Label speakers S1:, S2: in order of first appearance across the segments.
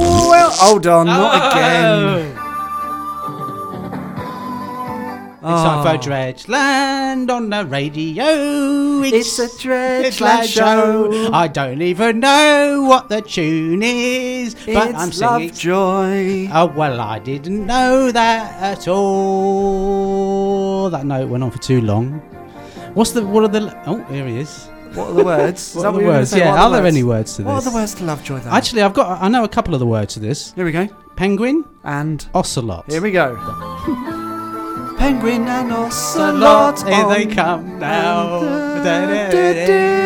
S1: oh darn, not again.
S2: It's time
S1: Oh.
S2: for Dredgeland on the radio.
S1: It's a Dredgeland
S2: Dredgeland
S1: show.
S2: I don't even know what the tune is, but I'm
S1: it's
S2: singing.
S1: Lovejoy.
S2: Oh well, I didn't know that at all. That note went on for too long. What's the? What are the? Oh, here he is.
S1: What are the words? Is
S2: What
S1: that
S2: are the
S1: you were gonna
S2: words?
S1: say?
S2: Yeah,
S1: What
S2: are there any words to
S1: What
S2: this?
S1: are the words to Lovejoy then?
S2: Actually, I've got. I know a couple of the words to this.
S1: here we go.
S2: Penguin,
S1: And
S2: ocelot.
S1: here we go. Penguin and ocelot. um,
S2: Ocelot, here they
S1: on-
S2: come now.
S1: and-
S2: Da-da-da-da.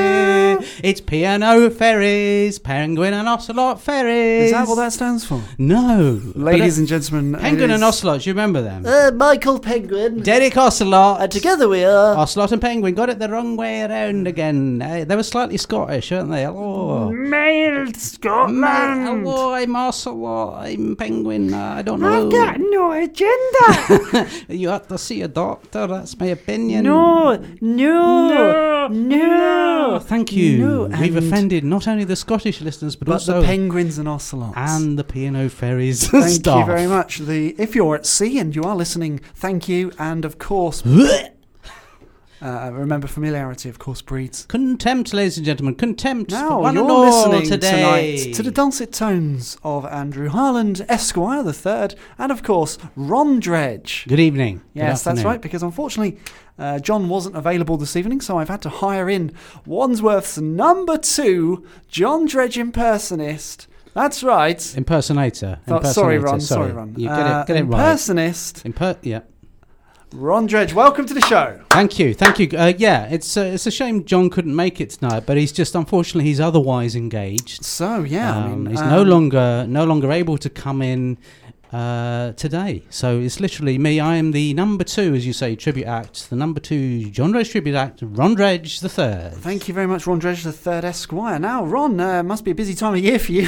S2: It's P&O Ferries, Penguin and Ocelot Ferries.
S1: Is that what that stands for?
S2: No.
S1: Ladies
S2: But
S1: and gentlemen,
S2: it- Penguin
S1: it
S2: and
S1: is-
S2: Ocelot, do you remember them?
S3: Uh, Michael Penguin.
S2: Derek
S1: uh,
S2: Ocelot.
S3: and together we are.
S2: Ocelot and Penguin got it the wrong way around again. Eh, they were slightly Scottish, weren't they? Hello.
S4: Mail Scotland.
S2: Hello, oh, I'm Ocelot. I'm Penguin. Uh, I don't know.
S4: I've got no agenda.
S2: You have to see a doctor. That's my opinion.
S4: no, no, no, no.
S2: Oh, Thank you.
S1: No,
S2: We've
S1: Ah, and-
S2: offended not only the Scottish listeners, but,
S1: But
S2: also
S1: the penguins and ocelots.
S2: and the P&O Ferries
S1: thank
S2: staff.
S1: you very much. The if you're at sea and you are listening, thank you. And of course, uh, remember familiarity. Of course, breeds.
S2: Contempt, ladies and gentlemen, contempt for
S1: Now
S2: one
S1: you're
S2: and all
S1: listening
S2: today.
S1: tonight to the dulcet tones of Andrew Harland, Esquire the Third, and of course Ron Dredge.
S2: Good evening. Good
S1: Yes, that's
S2: afternoon.
S1: right, because unfortunately, uh, John wasn't available this evening, so I've had to hire in Wandsworth's number two, John Dredge impersonist. That's right.
S2: Impersonator.
S1: Oh, sorry,
S2: impersonator,
S1: Ron. Sorry, Ron.
S2: You get
S1: Uh,
S2: it, get it right.
S1: Impersonist,
S2: Imper- yeah.
S1: Ron Dredge. Welcome to the show.
S2: Thank you, thank you. Uh, yeah, it's uh, it's a shame John couldn't make it tonight, but he's just unfortunately he's otherwise engaged.
S1: So yeah, I
S2: Um,
S1: mean,
S2: he's
S1: um,
S2: no longer no longer able to come in uh, today. So it's literally me. I am the number two, as you say, tribute act. The number two John Reg tribute act, Ron Reg the third.
S1: Thank you very much, Ron Dredge, the third Esquire. Now, Ron, uh, must be a busy time of year for you.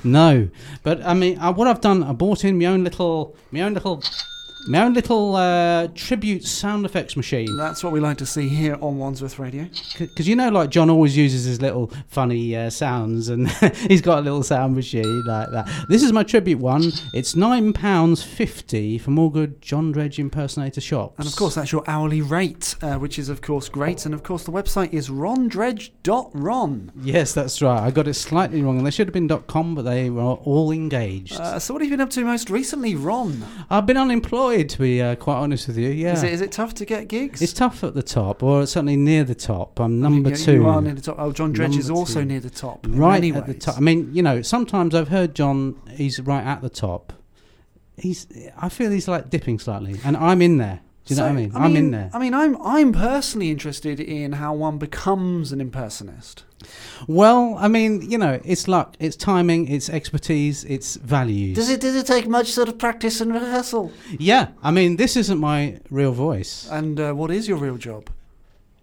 S2: no, but I mean, I, what I've done, I bought in my own little, my own little, my own little uh, tribute sound effects machine
S1: That's what we like to see here on Wandsworth Radio.
S2: because you know, like John always uses his little funny uh, sounds, and he's got a little sound machine like that. This is my tribute one. It's nine pounds fifty from all good John Dredge impersonator shops,
S1: And of course, that's your hourly rate, uh, which is, of course, great. And of course, the website is rondredge.ron.
S2: Yes, that's right. I got it slightly wrong. They should have been .com, but they were all engaged.
S1: Uh, so, what have you been up to most recently, Ron?
S2: I've been unemployed, to be uh, quite honest with you. Yeah,
S1: Is, it, is it tough to get gigs?
S2: It's tough at the top, or certainly near the top. I'm number
S1: you,
S2: two.
S1: You are near the top. Oh, John Dredge is
S2: Number
S1: also
S2: two.
S1: near the top. in
S2: right
S1: many
S2: at the
S1: ways.
S2: top. I mean, you know, sometimes I've heard John, he's right at the top. He's, I feel he's like dipping slightly, and I'm in there. Do you know
S1: So,
S2: what I mean? I am in there.
S1: I mean, uh, I'm I'm personally interested in how one becomes an impersonist.
S2: well, I mean, you know, it's luck, it's timing, it's expertise, it's values.
S3: Does it does it take much sort of practice and rehearsal?
S2: yeah, I mean, this isn't my real voice.
S1: And uh, what is your real job?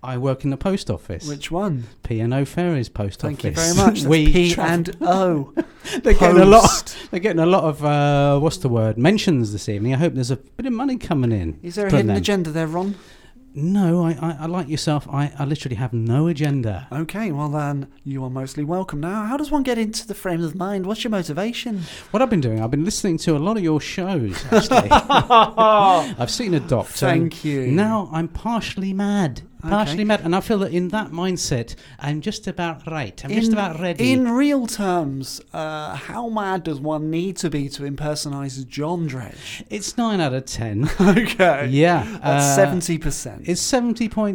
S2: I work in the post office,
S1: Which one?
S2: P&O Ferries post
S1: Thank you
S2: office.
S1: very much. That's
S2: we
S1: P
S2: travel-
S1: and O.
S2: They're getting a lot.
S1: Post.
S2: They're getting a lot of uh, what's the word mentions this evening. I hope there's a bit of money coming in.
S1: Is there a
S2: from
S1: hidden
S2: them.
S1: agenda there, Ron?
S2: No, I, I, I like yourself. I, I literally have no agenda.
S1: Okay, well then, you are mostly welcome. Now, how does one get into the frame of mind? What's your motivation?
S2: What I've been doing, I've been listening to a lot of your shows. Actually, I've seen a doctor. and
S1: Thank you.
S2: Now I'm partially mad,
S1: Okay.
S2: partially mad, and I feel that in that mindset, I'm just about right. I'm just about ready.
S1: In real terms, uh, how mad does one need to be to impersonise John Dredge?
S2: it's nine out of ten.
S1: okay.
S2: yeah,
S1: That's
S2: uh,
S1: 70%.
S2: It's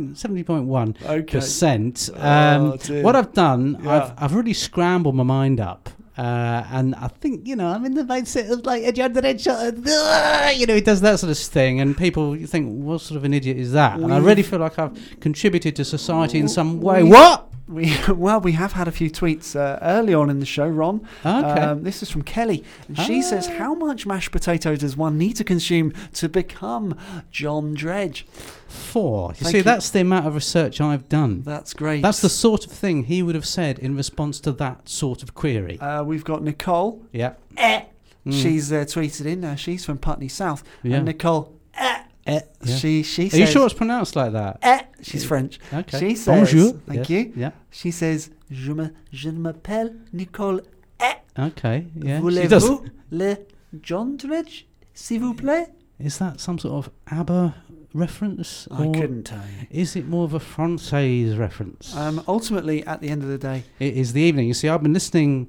S2: 70.1
S1: Okay.
S2: percent.
S1: Oh,
S2: Um,
S1: dear.
S2: what I've done,
S1: Yeah.
S2: I've I've really scrambled my mind up, uh, and I think you know I'm in the mindset of like a John Derenshot, you know, he does that sort of thing, and people you think, what sort of an idiot is that? And I
S1: We've-
S2: really feel like I've contributed to society in some way. What?
S1: We, well, we have had a few tweets uh, early on in the show, Ron.
S2: Okay. Ah.
S1: Um, this is from Kelly. And she says, How much mashed potato does one need to consume to become John Dredge?
S2: Four. You
S1: Thank
S2: see,
S1: you.
S2: that's the amount of research I've done.
S1: That's great.
S2: That's the sort of thing he would have said in response to that sort of query.
S1: Uh, we've got Nicole.
S2: yeah.
S1: Eh. She's uh, tweeted in now. She's from Putney South.
S2: Mm. Yeah.
S1: And Nicole,
S2: Eh, yeah.
S1: she, she
S2: Are
S1: says.
S2: you sure it's pronounced like that?
S1: Eh, she's French.
S2: Okay.
S1: She says.
S2: Bonjour.
S1: Thank
S2: Yeah,
S1: you.
S2: yeah.
S1: She says, Je, me, je ne m'appelle Nicole eh.
S2: Okay, yeah. She does.
S1: Voulez-vous le John Dredge, s'il vous plaît?
S2: Is that some sort of ABBA reference?
S1: I
S2: or
S1: couldn't tell you.
S2: Is it more of a Francaise reference?
S1: Um, ultimately, at the end of the day,
S2: it is the evening. You see, I've been listening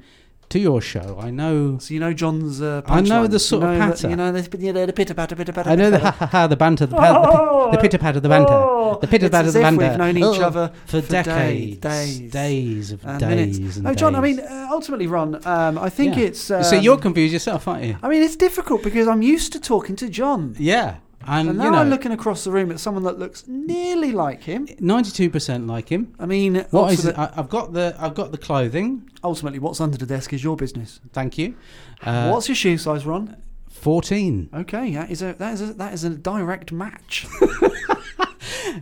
S2: to your show. I know.
S1: so you know John's. Uh,
S2: I know
S1: punchlines.
S2: the sort
S1: you
S2: of
S1: know the-
S2: patter.
S1: You know the, you know, the pitter patter, pitter patter.
S2: I know the
S1: pitter
S2: ha
S1: patter.
S2: ha ha, the banter, the, pa- the,
S4: Oh.
S2: pi- the pitter patter, the banter,
S4: Oh.
S2: the pitter
S1: It's
S2: patter,
S1: as
S2: the
S1: if we've
S2: banter.
S1: known each
S2: Oh,
S1: other for
S2: for,
S1: days,
S2: decades,
S1: days
S2: days of
S1: And
S2: days.
S1: minutes.
S2: And
S1: No, John. I
S2: days.
S1: mean, uh, ultimately, Ron. Um, I think
S2: Yeah.
S1: it's. Um,
S2: so you're confused yourself, aren't you?
S1: I mean, it's difficult because I'm used to talking to John,
S2: Yeah, and,
S1: and now
S2: you know,
S1: I'm looking across the room at someone that looks nearly like him.
S2: ninety-two percent like him.
S1: I mean,
S2: What is
S1: ultimate-
S2: it? I, I've got the I've got the clothing.
S1: ultimately, what's under the desk is your business.
S2: Thank you. Uh,
S1: what's your shoe size, Ron?
S2: fourteen?
S1: Okay, that is a that is a, that is a direct match.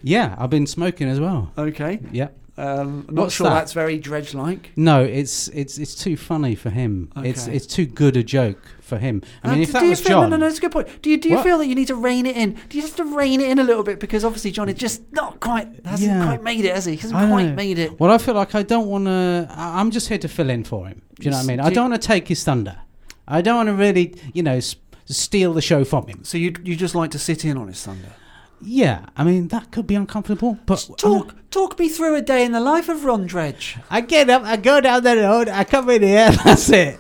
S2: Yeah, I've been smoking as well.
S1: Okay,
S2: Yeah.
S1: um, not
S2: What's
S1: sure
S2: that?
S1: that's very dredge-like.
S2: No, it's it's it's too funny for him. It's
S1: Okay.
S2: it's too good a joke for him. I mean,
S1: Uh,
S2: if
S1: do-
S2: that
S1: do you
S2: was
S1: feel,
S2: John,
S1: no, no, no, it's a good point. Do you do you
S2: What?
S1: feel that you need to rein it in? Do you have to rein it in a little bit because obviously John is just not quite hasn't
S2: Yeah.
S1: quite made it, has he? Hasn't
S2: I
S1: quite
S2: know.
S1: made it.
S2: well, I feel like I don't want to. I'm just here to fill in for him. Do you know what I
S1: Yes,
S2: mean?
S1: do
S2: I
S1: you-
S2: don't want to take his thunder. I don't want to really, you know, s- steal the show from him.
S1: So you you just like to sit in on his thunder.
S2: Yeah, I mean that could be uncomfortable, but
S1: Talk talk me through a day in the life of Ron Dredge.
S2: I get up, I go down the road, I come in here. That's it.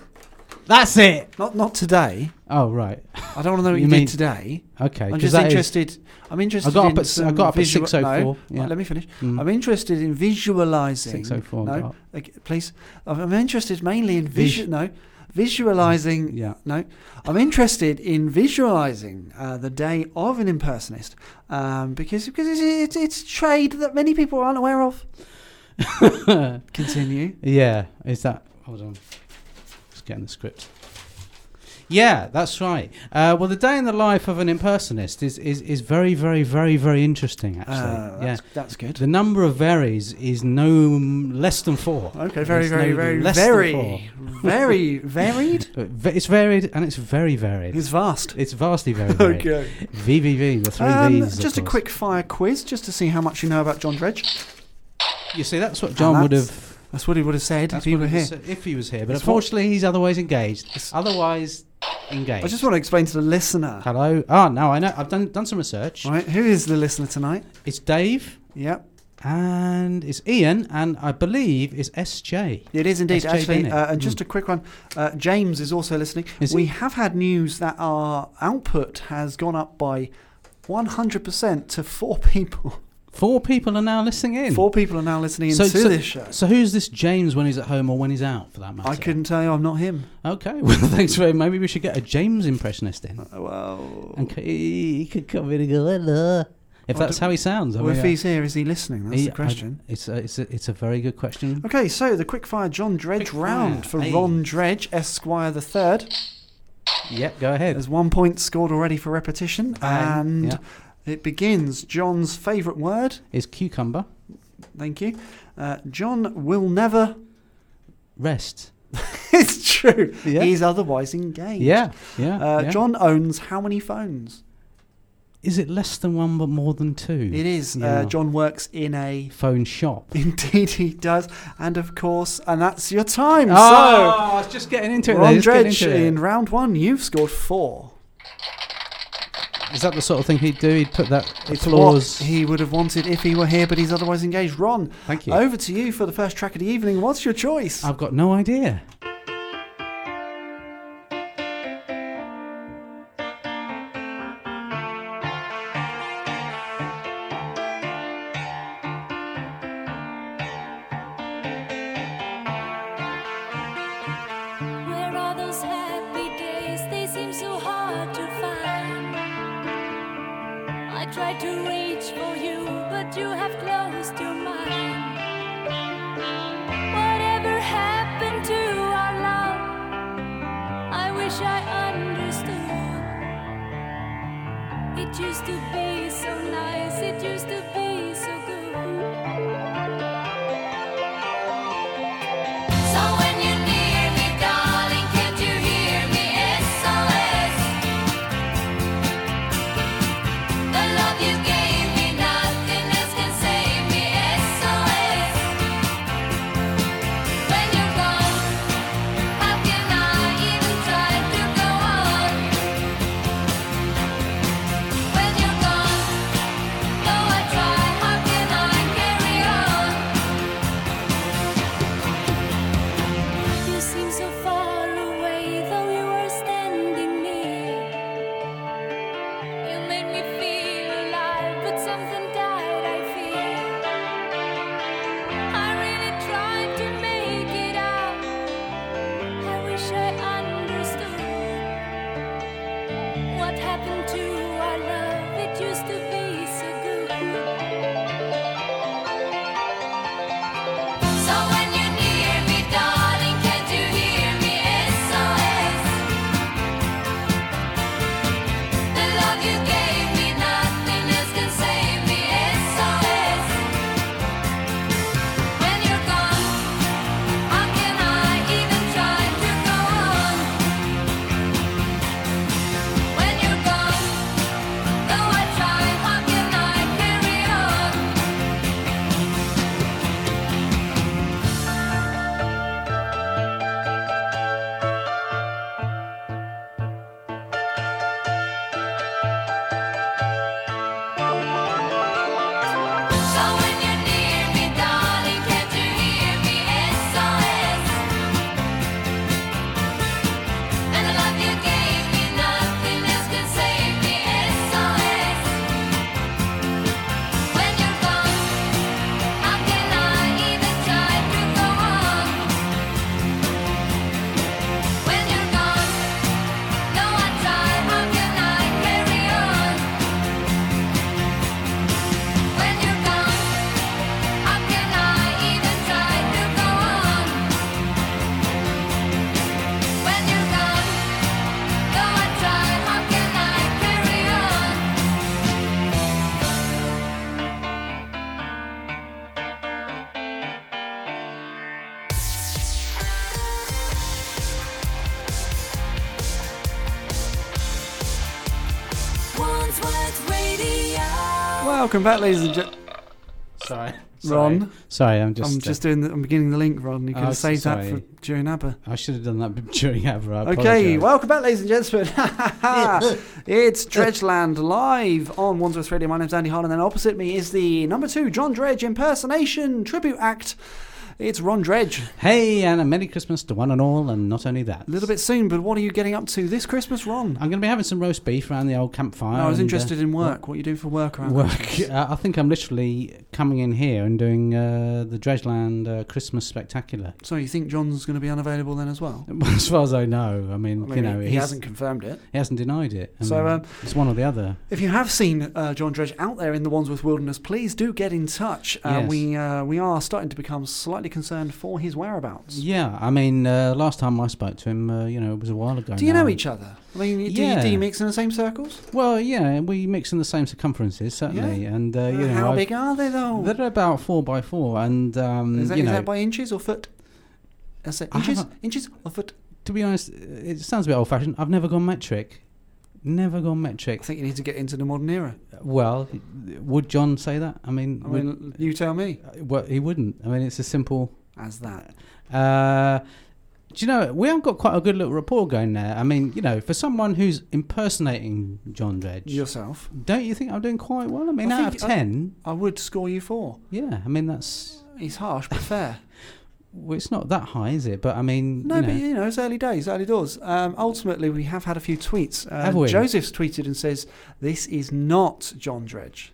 S2: That's it.
S1: Not not today.
S2: Oh right,
S1: I don't want to know what
S2: You
S1: you,
S2: mean-
S1: did today.
S2: okay.
S1: I'm
S2: 'cause
S1: just
S2: that is-
S1: interested. I'm interested.
S2: I got up
S1: in
S2: at s- I
S1: some
S2: got up at
S1: visual-
S2: 6:04,
S1: No,
S2: yeah.
S1: Let me finish.
S2: Mm.
S1: I'm interested in visualizing.
S2: 6:04 got
S1: No,
S2: up.
S1: okay, please. I'm I'm interested mainly in visu- No, visualizing.
S2: yeah.
S1: No, I'm interested in visualizing uh, the day of an impersonist um, because because it's, it's it's a trade that many people aren't aware of. Continue.
S2: Yeah, is that? Hold on, just getting the script. Yeah, that's right. Uh, well, the day in the life of an impersonist is is, is very, very, very, very interesting. Actually,
S1: Uh,
S2: yeah.
S1: that's, that's good.
S2: The number of varies is no m- less than four.
S1: Okay, very,
S2: It's
S1: very,
S2: no
S1: very,
S2: less than four.
S1: very, very varied.
S2: But ve- It's varied and it's very varied.
S1: It's vast.
S2: It's vastly very varied. VVV, the three
S1: Um,
S2: V's. of
S1: just a
S2: course.
S1: quick fire quiz, just to see how much you know about John Dredge.
S2: You see, that's what John would
S1: Ah, that's-
S2: have.
S1: That's what he would have said if
S2: That's
S1: he
S2: what
S1: were
S2: he
S1: here.
S2: said if he was here, but
S1: It's what-
S2: unfortunately, he's otherwise engaged. Otherwise engaged.
S1: I just want to explain to the listener,
S2: Hello. Ah, no, I know. I've done done some research.
S1: right? Who is the listener tonight?
S2: It's Dave
S1: Yep,
S2: and it's Ian and I believe it's SJ.
S1: it is indeed.
S2: SJ
S1: Actually,
S2: Bennett.
S1: uh, and just a quick one. Uh, James is also listening.
S2: Is
S1: we
S2: he?
S1: have had news that our output has gone up by 100% to four people.
S2: Four people are now listening in.
S1: Four people are now listening
S2: So-
S1: into
S2: so-
S1: this show.
S2: So who's this James when he's at home or when he's out, for that matter?
S1: I couldn't tell you. I'm not him.
S2: Okay. Well, thanks very. Maybe we should get a James impressionist in,
S1: Uh, Well,
S2: and c- he could come in and go hello. If
S1: Well,
S2: that's
S1: do-
S2: how he sounds. I
S1: well, if
S2: mean,
S1: he's here, is he listening? That's
S2: he-
S1: the question.
S2: I- it's a, it's a, it's a very good question.
S1: Okay, so the quickfire John Dredge
S2: Quickfire,
S1: round for
S2: hey.
S1: Ron Dredge, Esquire the Third.
S2: Yep. Go ahead.
S1: There's one point scored already for repetition,
S2: Aye,
S1: and
S2: yeah.
S1: it begins John's favourite word.
S2: Is cucumber
S1: Thank you. Uh, John will never.
S2: rest?
S1: it's true.
S2: Yeah.
S1: He's otherwise engaged.
S2: Yeah. Yeah.
S1: Uh,
S2: yeah.
S1: John owns how many phones?
S2: Is it less than one but more than two?
S1: It is.
S2: Yeah.
S1: Uh, John works in a.
S2: phone shop.
S1: Indeed, he does. And of course, and that's your time.
S2: Oh, I was just getting into
S1: so,
S2: it.
S1: Ron
S2: there, just getting
S1: Dredge
S2: into it.
S1: in round one, you've scored four.
S2: Is that the sort of thing he'd do? He'd put that
S1: It's
S2: applause.
S1: what he would have wanted if he were here, but he's otherwise engaged. Ron,
S2: Thank you. Uh,
S1: over to you for the first track of the evening. What's your choice?
S2: I've got no idea.
S5: Where are those happy days? They seem so hard to find. I try to reach for you, but you have closed your mind. Whatever happened to our love? I wish I understood. It used to be so nice, it used to be so good. So when you're near me, darling, can't you hear me? SOS. The love you gave me, nothing else can save me. SOS.
S1: Welcome back, ladies and gentlemen.
S2: Sorry.
S1: Ron.
S2: Sorry. Sorry, I'm just.
S1: I'm
S2: uh,
S1: just doing. The, I'm beginning the link, Ron. You could
S2: Oh,
S1: have saved that
S2: sorry.
S1: for during ABBA.
S2: I should have done that during Avra. I
S1: Okay,
S2: apologise.
S1: welcome back, ladies and gentlemen. it's Dredgeland live on Wandsworth Radio. My name's Andy Harlan, and opposite me is the number two John Dredge impersonation tribute act. It's Ron Dredge.
S2: Hey, and a Merry Christmas to one and all, and not only that.
S1: A little bit soon, but what are you getting up to this Christmas, Ron?
S2: I'm going to be having some roast beef around the old campfire.
S1: No, I was
S2: and, uh,
S1: interested in work. What you do for work around?
S2: Work. Uh, I think I'm literally coming in here and doing uh, the Dredgeland uh, Christmas Spectacular.
S1: So you think John's going to be unavailable then as well?
S2: As far as I know, I mean,
S1: I mean,
S2: you know,
S1: he
S2: he's-
S1: hasn't confirmed it.
S2: he hasn't denied it. I
S1: So,
S2: mean,
S1: um,
S2: it's one or the other.
S1: If you have seen uh, John Dredge out there in the Wandsworth wilderness, please do get in touch. Uh,
S2: Yes.
S1: We uh, we are starting to become slightly concerned for his whereabouts.
S2: Yeah, I mean, uh, last time I spoke to him, uh, you know, it was a while ago.
S1: Do you know
S2: now.
S1: each other? I mean, do, you,
S2: Yeah.
S1: do you mix in the same circles?
S2: Well, yeah, we mix in the same circumferences certainly, and uh, you know,
S1: How
S2: I've-
S1: big are they though?
S2: They're about four by four, and um,
S1: is that,
S2: you
S1: is
S2: know,
S1: that by inches or foot? I said
S2: I
S1: inches,
S2: haven't-
S1: inches or foot.
S2: to be honest, it sounds a bit old-fashioned. I've never gone metric, never gone
S1: I
S2: metric.
S1: think you need to get into the modern era.
S2: Well, would John say that? I mean,
S1: I
S2: would-
S1: mean, you tell me.
S2: uh, well, he wouldn't. I mean, it's a simple.
S1: As that,
S2: Uh, do you know we have got quite a good little rapport going there? I mean, you know, for someone who's impersonating John Dredge,
S1: yourself,
S2: don't you think I'm doing quite well? I mean,
S1: I
S2: out of
S1: think I-
S2: ten,
S1: I would score you four.
S2: yeah. I mean, that's
S1: He's harsh but fair.
S2: well, it's not that high, is it? But I mean,
S1: No,
S2: you know,
S1: but you know, it's early days, early doors. Um, ultimately, we have had a few tweets. Uh,
S2: Have we?
S1: Joseph's tweeted and says, "This is not John Dredge."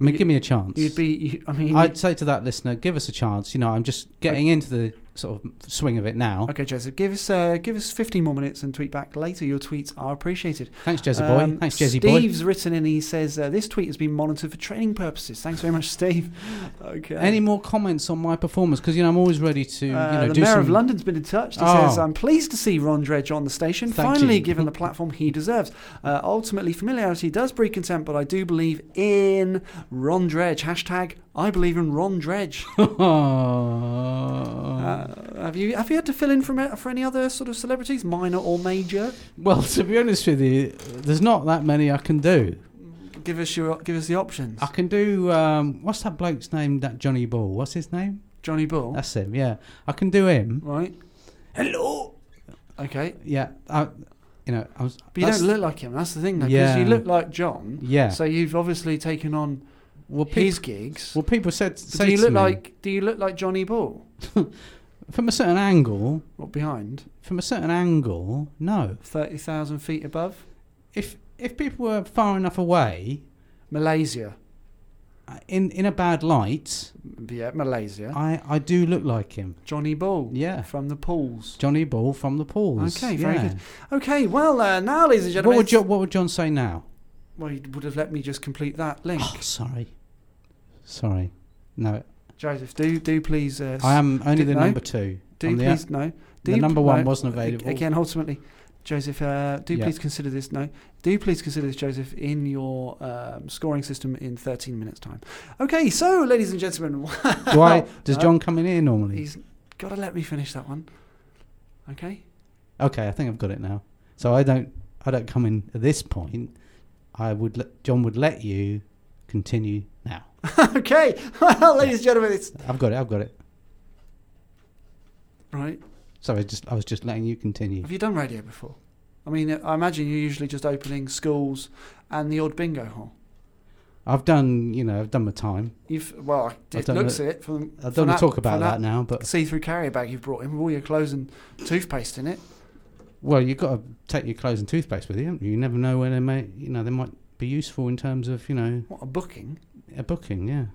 S2: I mean,
S1: you-
S2: give me a chance.
S1: You'd be, you, I mean,
S2: I'd say to that listener, give us a chance. You know, I'm just getting into the sort of swing of it now.
S1: okay, Joseph, give us uh, give us 15 more minutes and tweet back later. Your tweets are appreciated.
S2: Thanks, Jezzy boy.
S1: Um,
S2: Thanks, Jezzy boy.
S1: Steve's written in. He says uh, this tweet has been monitored for training purposes. Thanks very much, Steve. Okay.
S2: Any more comments on my performance? Because you know, I'm always ready to,
S1: Uh,
S2: you know,
S1: the
S2: do
S1: mayor
S2: some.
S1: of London's been in touch. He
S2: Oh.
S1: says, "I'm pleased to see Ron Dredge on the station,
S2: Thank
S1: finally
S2: you.
S1: given the platform he deserves. Uh, ultimately, familiarity does breed contempt, but I do believe in Ron Dredge. Hashtag I believe in Ron Dredge.
S2: Oh.
S1: Uh, have you have you had to fill in for ma- for any other sort of celebrities, minor or major?
S2: well, to be honest with you, there's not that many I can do.
S1: Give us your give us the options.
S2: I can do um, what's that bloke's name? That Johnny Ball. What's his name?
S1: Johnny Bull,
S2: That's him. Yeah, I can do him.
S1: right? Hello. Okay,
S2: Yeah, I, you know, I was.
S1: but you
S2: that's-
S1: don't look like him. That's the thing, though, because
S2: Yeah.
S1: you look like John.
S2: Yeah.
S1: So you've obviously taken on
S2: well, peop-
S1: his gigs.
S2: well, people said.
S1: So
S2: say
S1: do you
S2: to
S1: look
S2: me,
S1: like do you look like Johnny Ball?
S2: from a certain angle?
S1: What behind?
S2: From a certain angle, no.
S1: Thirty thousand feet above
S2: if if people were far enough away
S1: Malaysia.
S2: uh, in in a bad light
S1: Yeah, Malaysia.
S2: i i do look like him
S1: Johnny Ball.
S2: Yeah.
S1: from the pools.
S2: johnny ball from the pools
S1: Okay, very
S2: yeah.
S1: good. Okay, well uh, now, ladies and
S2: what
S1: gentlemen,
S2: would john what would john say now
S1: well, you would have let me just complete that link.
S2: oh sorry sorry no
S1: Joseph, do do please. Uh, s-
S2: i am only
S1: did-
S2: the
S1: no.
S2: number two
S1: Do
S2: I'm the-
S1: please no. Do
S2: the
S1: you-
S2: number one
S1: no.
S2: wasn't
S1: A-
S2: available
S1: Again, ultimately, Joseph, uh, do
S2: Yeah.
S1: please consider this. No, do please consider this, Joseph, in your um, scoring system in 13 minutes' time. Okay, so, ladies and gentlemen,
S2: do i does
S1: No.
S2: john come in here normally
S1: uh, he's got to let me finish that one. Okay,
S2: okay i think i've got it now so i don't i don't come in at this point i would let john would let you continue now
S1: okay. Well, ladies and gentlemen, it's
S2: i've got it i've got it
S1: right.
S2: sorry just i was just letting you continue
S1: Have you done radio before? I mean, I imagine you're usually just opening schools and the odd bingo hall.
S2: I've done, you know, I've done my time.
S1: You've well, it
S2: don't know-
S1: looks it from.
S2: I
S1: from
S2: don't want to talk
S1: from
S2: about that now, but
S1: see-through carrier bag you've brought in with all your clothes and toothpaste in it.
S2: well, you've got to take your clothes and toothpaste with you. haven't you? You never know when they may, you know, they might be useful in terms of, you know,
S1: What a booking!
S2: a booking. Yeah,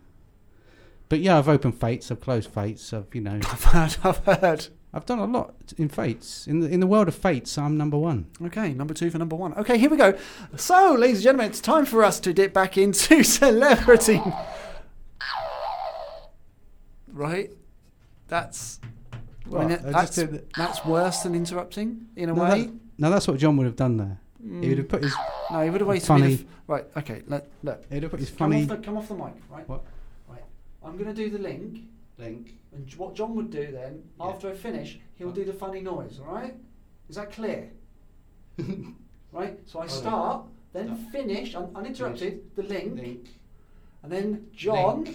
S2: but yeah, I've opened fates, I've closed fates, I've, you know,
S1: I've heard. I've heard.
S2: I've done a lot in fates. In the in the world of fates, I'm number one.
S1: Okay, number two for number one. Okay, here we go. So, ladies and gentlemen, it's time for us to dip back into celebrity. Right, that's. I mean,
S2: What? I just
S1: that's,
S2: did it.
S1: that's worse than interrupting in a
S2: No,
S1: way.
S2: that- no, that's what John would have done there. He would have put his,
S1: No, he would have waited. for me
S2: Funny.
S1: to f- right. Okay. Let, look.
S2: he would have put his
S1: Come
S2: funny
S1: off, the, come off the mic. Right.
S2: What?
S1: Right. I'm gonna do the link,
S2: link.
S1: and j- what John would do then
S2: Yeah.
S1: after I finish, he'll do the funny noise. All right? Is that clear? right. So I
S2: Oh, yeah.
S1: start, then finish. I'm uninterrupted. The link,
S2: link.
S1: And then John,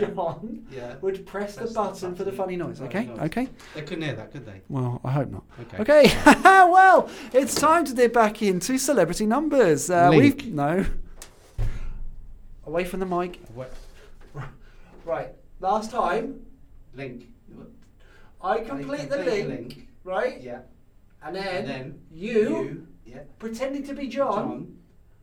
S1: John
S2: Yeah.
S1: would press, the
S2: Press the
S1: button, for the
S2: button.
S1: funny noise.
S2: Funny
S1: Okay,
S2: noise.
S1: okay.
S2: They couldn't hear that, could they?
S1: Well, I hope not.
S2: Okay.
S1: Okay. well, it's time to dip back into celebrity numbers. Uh,
S2: Link.
S1: We've no. Away from the mic.
S2: What?
S1: Right. Last time,
S2: Link.
S1: I complete the link,
S2: Complete the link.
S1: right?
S2: Yeah.
S1: And then,
S2: and then
S1: you,
S2: yeah.
S1: pretending to be John,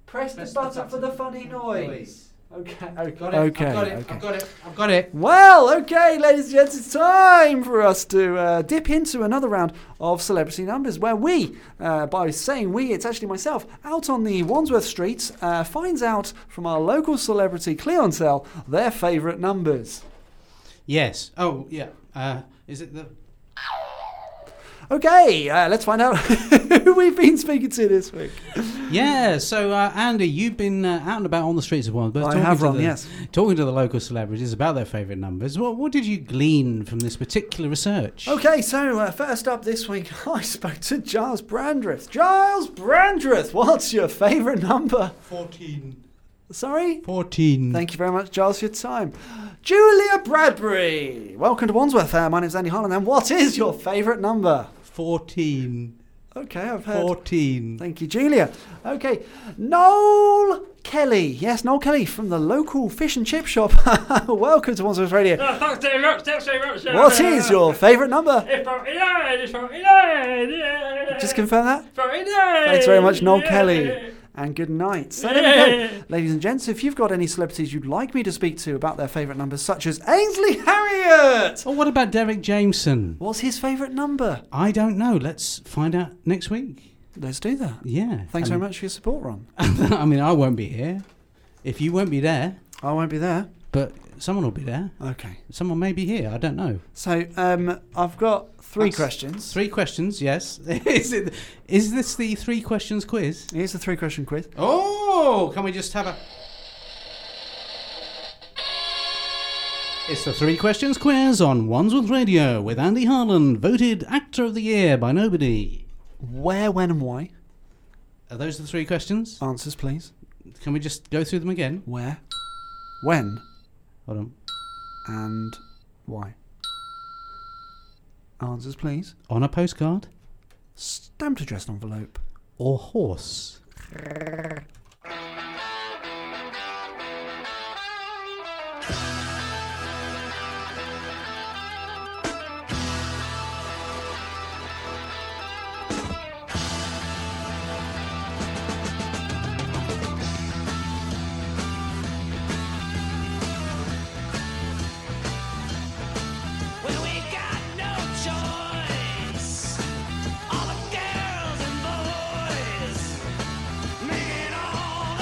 S1: press,
S2: press
S1: the button for the
S2: button.
S1: funny noise. Okay.
S2: Got it.
S1: Okay.
S2: I've got it.
S1: okay.
S2: I've got it. I've got it.
S1: Well, okay, ladies and gents, it's time for us to uh, dip into another round of celebrity numbers, where we, uh, by saying we, it's actually myself, out on the Wandsworth streets, uh, finds out from our local celebrity Cleoncel their favourite numbers.
S2: Yes. Oh, yeah. Uh, is it the?
S1: Okay, uh, let's find out who we've been speaking to this week.
S2: Yeah. So, uh, Andy, you've been uh, out and about on the streets of Wandsworth.
S1: I
S2: talking
S1: have,
S2: to
S1: Ron,
S2: the-
S1: yes.
S2: Talking to the local celebrities about their favourite numbers. What What did you glean from this particular research?
S1: Okay, so uh, first up this week, I spoke to Giles Brandreth. Giles Brandreth, what's your favourite number?
S2: Fourteen.
S1: Sorry?
S2: Fourteen.
S1: Thank you very much, Giles, for your time. Julia Bradbury, welcome to Wandsworth. Uh, my name's Andy Harlan, and what is your favourite number?
S2: Fourteen.
S1: Okay, I've heard.
S2: Fourteen.
S1: Thank you, Julia. Okay, Noel Kelly. Yes, Noel Kelly from the local fish and chip shop. welcome to Wandsworth Radio.
S6: Oh, thanks very much, thanks very much. sir.
S1: What is your favourite number?
S6: It's from Elaine, it's from Elaine. yeah.
S1: Just confirm that.
S6: From Elaine.
S1: Thanks very much, Noel
S6: yeah.
S1: Kelly. And good night. So there we go. Ladies and gents, if you've got any celebrities you'd like me to speak to about their favourite numbers, such as Ainsley Harriott,
S2: Oh, what about Derek Jameson?
S1: what's his favourite number?
S2: I don't know. Let's find out next week.
S1: Let's do that.
S2: Yeah.
S1: Thanks
S2: I
S1: very
S2: mean-
S1: much for your support, Ron.
S2: I mean, I won't be here. If you won't be there,
S1: I won't be there.
S2: but someone will be there.
S1: Okay.
S2: Someone may be here. I don't know.
S1: So um, I've got three
S2: That's
S1: questions.
S2: Three questions. Yes. is it? Is this the three questions quiz?
S1: Here's the three question quiz.
S2: Oh, can we just have a? It's the three questions quiz on Wandsworth Radio with Andy Harlan, voted Actor of the Year by nobody.
S1: Where, when, and why?
S2: Are those the three questions?
S1: Answers, please.
S2: Can we just go through them again?
S1: Where, when,
S2: Hold on.
S1: and why? Answers, please.
S2: On a postcard
S1: Stamped addressed envelope.
S2: or horse?
S7: When we got no choice, all the girls and boys making all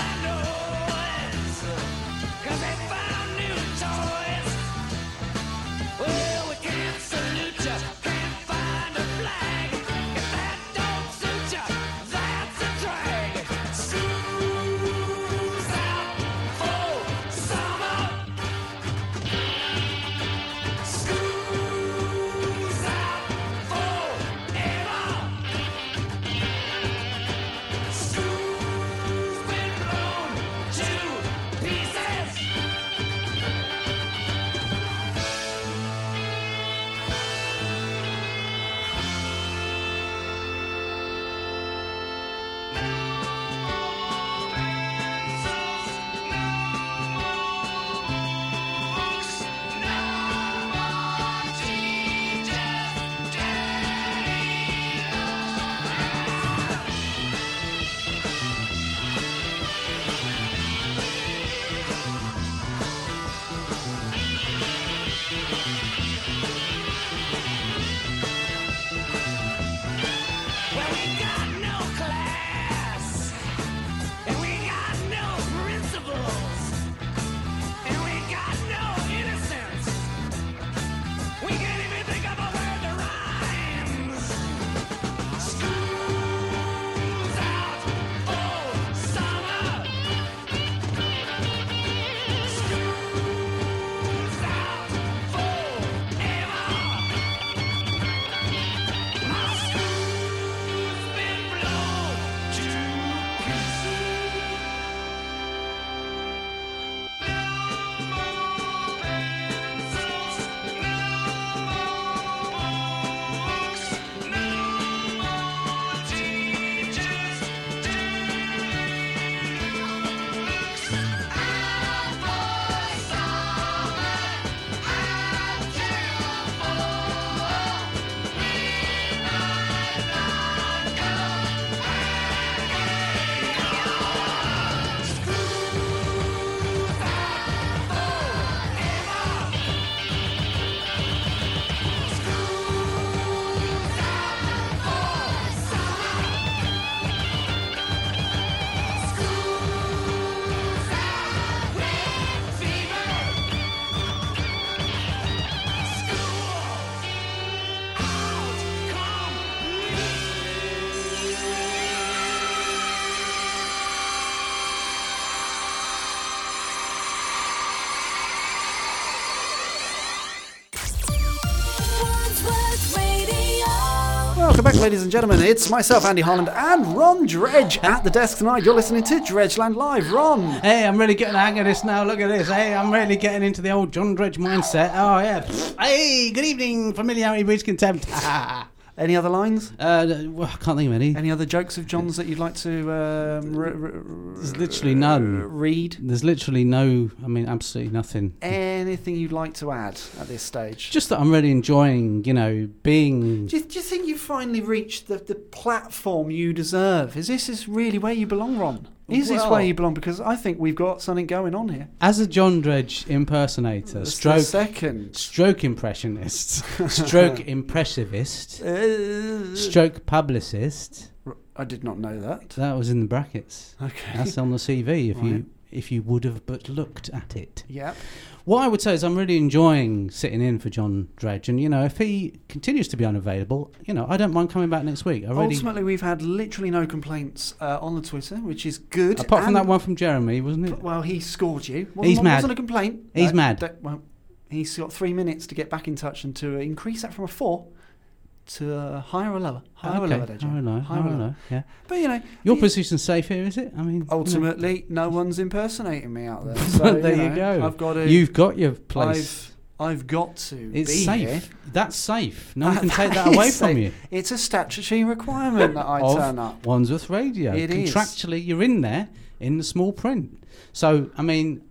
S1: ladies and gentlemen. It's myself, Andy Harland, and Ron Dredge at the desk tonight. You're listening to Dredgeland Live. Ron,
S2: Hey, I'm really getting the hang of this now. Look at this. Hey, I'm really getting into the old John Dredge mindset. Oh, yeah. Hey, good evening. Familiarity breeds contempt. Ah.
S1: any other lines?
S2: uh, well, I can't think of any.
S1: Any other jokes of John's that you'd like to um, re- re-
S2: There's literally none.
S1: read?
S2: There's literally no, I mean, absolutely nothing.
S1: Anything you'd like to add at this stage?
S2: Just that I'm really enjoying, you know, being.
S1: Do you, do you think you've finally reached the, the platform you deserve? Is this is really where you belong, Ron? Is this
S2: Well-
S1: where you belong? Because I think we've got something going on here.
S2: As a John Dredge impersonator,
S1: That's the
S2: stroke,
S1: second.
S2: stroke impressionist, stroke impressivist,
S1: Uh,
S2: stroke publicist.
S1: I did not know that.
S2: That was in the brackets.
S1: Okay.
S2: That's on the CV if
S1: Right.
S2: you if you would have but looked at it.
S1: Yep.
S2: What I would say is I'm really enjoying sitting in for John Dredge, and you know if he continues to be unavailable, you know I don't mind coming back next week. I really,
S1: Ultimately, we've had literally no complaints uh, on the Twitter, which is good.
S2: apart
S1: And-
S2: from that one from Jeremy, wasn't it?
S1: Well, he scored you. Wasn't,
S2: He's mad.
S1: Wasn't a complaint.
S2: He's mad.
S1: don't- well, he's got three minutes to get back in touch and to increase that from a four to a higher or lower. Higher or lower, Dejan.
S2: I don't know. I
S1: Higher or
S2: don't
S1: lower.
S2: know. Yeah,
S1: But you know,
S2: your
S1: he-
S2: position's safe here, is it? I mean,
S1: ultimately, no one's impersonating me out there.
S2: no.
S1: So,
S2: there you,
S1: know,
S2: go.
S1: I've got to.
S2: You've got your place.
S1: I've, I've got to.
S2: it's
S1: be
S2: safe.
S1: here.
S2: That's safe. No one can take
S1: is
S2: that away
S1: safe.
S2: from you.
S1: It's a statutory requirement that I
S2: of
S1: turn up.
S2: Wandsworth Radio.
S1: It is.
S2: Contractually, you're in there in the small print. So, I mean,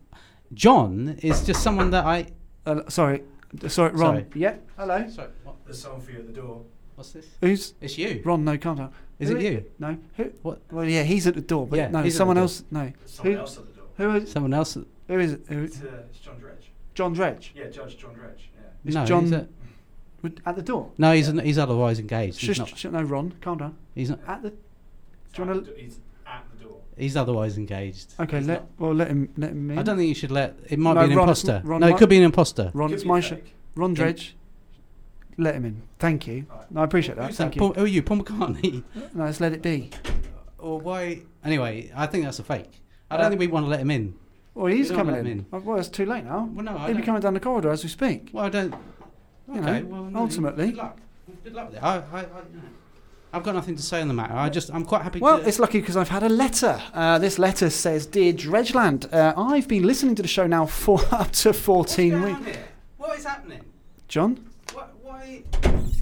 S2: John is just someone that I.
S1: Uh, sorry, sorry, Ron.
S2: Sorry.
S1: Yeah. Hello.
S2: Sorry, what,
S8: There's someone for you at the door.
S2: what's this?
S1: Who's
S2: It's you.
S1: Ron? No contact.
S2: Is
S1: Who
S2: it you?
S1: No. Who?
S2: What?
S1: Well, yeah, he's at the door, but
S2: Yeah,
S1: no,
S2: he's at
S1: someone
S2: the door.
S1: else. No.
S8: There's someone
S1: Who?
S8: else at the door.
S1: Who is?
S2: Someone else?
S1: Who is it? Who
S8: It's,
S1: is?
S8: uh, it's John Dredge.
S1: John Dredge
S8: Yeah, Judge John Dredge. Yeah.
S1: It's
S2: no,
S1: John-
S2: he's a-
S1: Would- at the door.
S2: no, he's an, he's otherwise engaged.
S1: Shush,
S2: He's not.
S1: shush, no, Ron, calm down.
S2: He's not.
S1: At the.
S8: It's
S1: Do you
S8: at
S1: wanna-
S8: the do- He's at the door.
S2: He's otherwise engaged.
S1: Okay,
S2: He's
S1: let
S2: not-
S1: well let him let him in.
S2: I don't think you should let. It might
S1: No,
S2: be an
S1: Ron, it's
S2: imposter.
S1: m- Ron
S2: no, it
S1: might-
S2: could be an imposter.
S1: Ron,
S8: Could
S1: it's
S8: be
S1: my
S8: a
S1: show.
S8: fake.
S1: Ron
S2: Yeah.
S1: Dredge. Let him in. Thank you.
S8: Alright.
S1: No, I appreciate that.
S2: Who's that?
S1: Thank
S2: Paul,
S1: you.
S2: who are you? Paul McCartney?
S1: No, let's let it be.
S2: or why? Anyway, I think that's a fake. I
S1: Uh,
S2: don't think we want to let him in.
S1: Well, he's
S2: don't
S1: coming
S2: let
S1: in.
S2: him
S1: Oh, Well, it's too late now.
S2: Well, no, I
S1: He'll be
S2: don't-
S1: coming down the corridor as we speak.
S2: Well, I don't.
S1: You
S2: okay.
S1: know,
S2: well, no,
S1: ultimately.
S2: good luck. Good luck with it. I, I, I, I've got nothing to say on the matter. I just, I'm quite happy.
S1: Well,
S2: to,
S1: it's lucky because I've had a letter. Uh, this letter says, "Dear Dredgeland, uh, I've been listening to the show now for up to
S2: What's
S1: 14
S2: going on
S1: weeks."
S2: here? What is happening?
S1: John,
S2: What, why?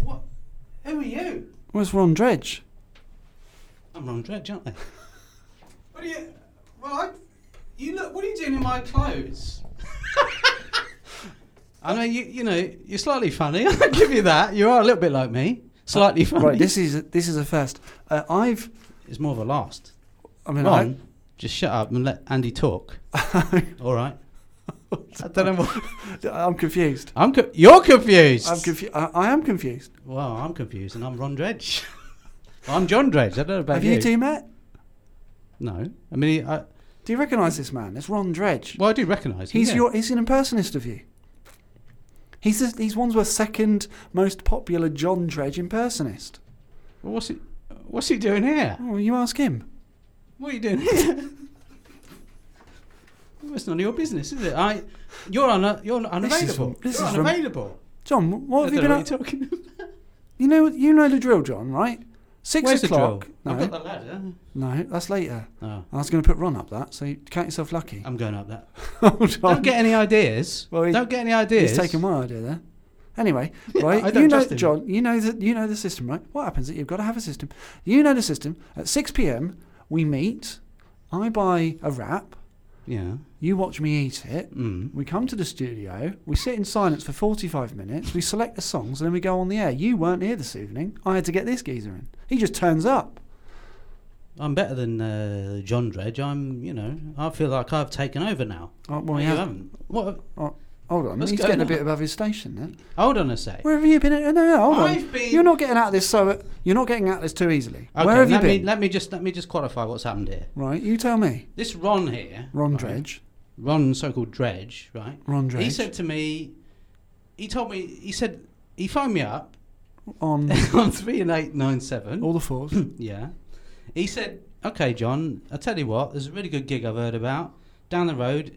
S2: What? Who are you?
S1: where's Ron Dredge?
S2: I'm Ron Dredge, aren't I? what are you? Well, I, you look. What are you doing in my clothes? I mean, you, you know, you're slightly funny. I'll give you that. You are a little bit like me. Slightly funny.
S1: Right, this is a, this is a first. Uh, I've,
S2: It's more of a last.
S1: I mean, I,
S2: Ron, just shut up and let Andy talk. All right. I don't know. What,
S1: I'm confused.
S2: I'm co- you're confused.
S1: I'm confused. I, I am confused.
S2: Well, I'm confused, and I'm Ron Dredge. I'm John Dredge. I don't know about
S1: Have
S2: you.
S1: you. two met?
S2: No, I mean, I,
S1: Do you recognise this man? It's Ron Dredge.
S2: well, I do recognise. him,
S1: he's
S2: yeah.
S1: your he's an impersonist of you. He's the, he's Wandsworth's second most popular John Dredge impersonist.
S2: Well, what's he? What's he doing here?
S1: Oh, you ask him.
S2: What are you doing here? well, it's none of your business, is it? I, you're un, you're
S1: This is
S2: unavailable.
S1: from- this
S2: you're
S1: is from-
S2: unavailable.
S1: John, what have
S2: I
S1: you
S2: don't
S1: been
S2: know
S1: up?
S2: what you're talking about.
S1: You know you know the drill, John, right? Six
S2: Where's the
S1: o'clock.
S2: drill? I've got
S1: No,
S2: the ladder.
S1: no, that's later.
S2: Oh,
S1: I was going to put Ron up that, so you count yourself lucky.
S2: I'm going up that.
S1: Hold on.
S2: Oh. Don't get any ideas.
S1: Well, he-
S2: don't get any ideas.
S1: He's taken my idea there. Anyway, right?
S2: I don't
S1: you know,
S2: trust him.
S1: John. You know that you know the system, right? What happens is that you've got to have a system. You know the system. At six p.m., we meet. I buy a wrap.
S2: Yeah.
S1: You watch me eat it.
S2: Mm.
S1: We come to the studio. We sit in silence for forty-five minutes. We select the songs, and then we go on the air. You weren't here this evening. I had to get this geezer in. He just turns up.
S2: I'm better than uh, John Dredge. I'm, you know, I feel like I've taken over now.
S1: Oh, well,
S2: you
S1: he hasn't.
S2: haven't. What?
S1: Hold on,
S2: What's
S1: he's
S2: going
S1: getting a
S2: on?
S1: bit above his station then.
S2: Hold on a sec.
S1: Where have you been? No, no, hold on.
S2: I've been-
S1: You're not getting out of this so. You're not getting out of this too easily.
S2: Okay,
S1: Where have you
S2: let
S1: been?
S2: Me, let me just let me just qualify what's happened here.
S1: Right, you tell me.
S2: This Ron here,
S1: Ron
S2: right,
S1: Dredge.
S2: Ron, so-called Dredge, right?
S1: Ron Dredge.
S2: He said to me, he told me, he said he phoned me up
S1: on
S2: on three and eight nine seven.
S1: all the fours.
S2: Yeah. He said, okay, John, I'll tell you what, there's a really good gig I've heard about down the road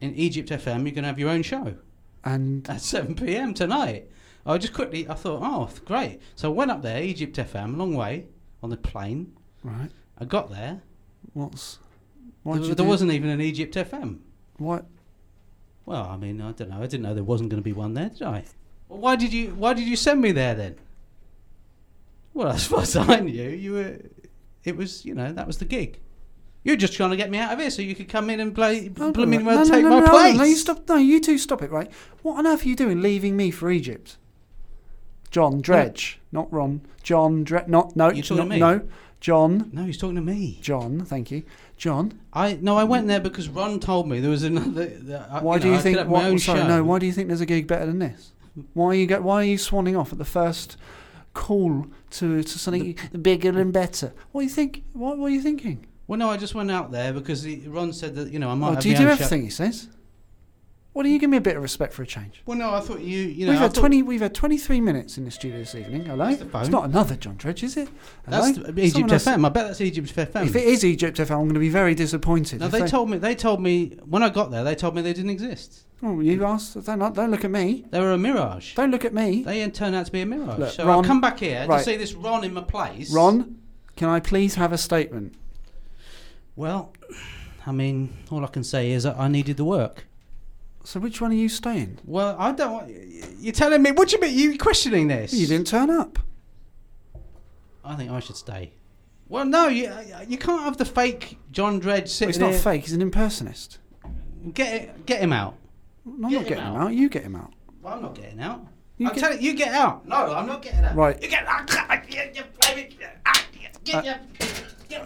S2: in Egypt FM. You're going to have your own show
S1: and
S2: at 7 p.m. tonight. I just quickly, I thought, oh, th- great. So I went up there, Egypt FM, long way on the plane.
S1: Right.
S2: I got there.
S1: What's. Why
S2: There,
S1: did you
S2: there
S1: do-
S2: wasn't even an Egypt FM.
S1: Why,
S2: Well, I mean, I don't know. I didn't know there wasn't going to be one there, did I? Well, why did you Why did you send me there then? Well, as far as I knew, you were. It was, you know, that was the gig. You're just trying to get me out of here so you could come in and play,
S1: Hold on a
S2: blooming
S1: minute.
S2: well
S1: Oh, no, no,
S2: take
S1: no,
S2: my
S1: no, hold on.
S2: place.
S1: No, you stop. No, you two stop it, right? What on earth are you doing leaving me for Egypt? John Dredge, not Ron. John Dredge, not, no,
S2: You're talking
S1: no,
S2: to me?
S1: no. John,
S2: No, he's talking to me.
S1: John, thank you. John,
S2: I no, I went there because Ron told me there was another. that I-
S1: why
S2: you
S1: do
S2: know,
S1: you
S2: I could
S1: think,
S2: have
S1: why, oh,
S2: my own
S1: sorry,
S2: show.
S1: no, why do you think there's a gig better than this? Why are you, go, why are you swanning off at the first call to, to something bigger and better? What do you think, what, what are you thinking?
S2: Well, no, I just went out there because he, Ron said that you know I might
S1: Oh,
S2: have
S1: do you
S2: my
S1: do
S2: own
S1: everything he says? Why do you give me a bit of respect for a change?
S2: Show. Well, no, I thought you you know
S1: we've
S2: I
S1: had
S2: thought-
S1: twenty. We've had twenty-three minutes in the studio this evening. Hello,
S2: That's the phone.
S1: it's not another John Dredge, is it? Hello?
S2: That's the- Egypt
S1: Someone else-
S2: FM. I bet that's Egypt FM.
S1: If it is Egypt FM, I'm going to be very disappointed.
S2: Now
S1: If
S2: they told me they told me when I got there they told me they didn't exist.
S1: Oh, you asked. Don't, not- don't look at me.
S2: They were a mirage.
S1: Don't look at me.
S2: They had turned out to be a mirage.
S1: Look,
S2: so
S1: Ron-
S2: I come back here
S1: right.
S2: to see this Ron in my place.
S1: Ron, can I please have a statement?
S2: Well, I mean, all I can say is that I needed the work.
S1: So which one are you staying?
S2: Well, I don't. want... You're telling me what do you mean? You questioning this?
S1: You didn't turn up.
S2: I think I should stay. Well, no, you you can't have the fake John Dredge sitting
S1: It's not
S2: there.
S1: fake. He's an impersonist.
S2: Get get him out.
S1: No, I'm not
S2: Get him
S1: getting him
S2: out.
S1: out. You get him out.
S2: Well, I'm not getting out.
S1: You
S2: I'm
S1: get-
S2: telling you, get out. No, I'm not getting out.
S1: Right.
S2: You get out. Get your bloody- get
S1: Uh,
S2: your- get-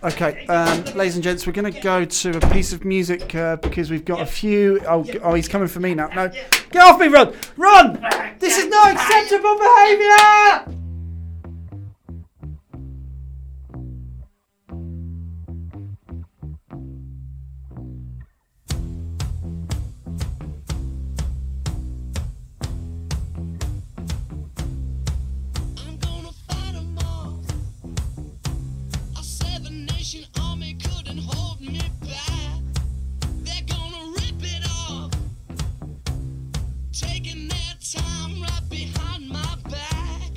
S1: Okay, um, ladies and gents, we're going to go to a piece of music uh, because we've got a few. Oh, g- oh, he's coming for me now. No, get off me, Ron! Run! This is not acceptable behaviour!
S7: I'm gonna fight 'em all. A seven-nation army couldn't hold me back. They're gonna rip it off, taking their time right behind my back.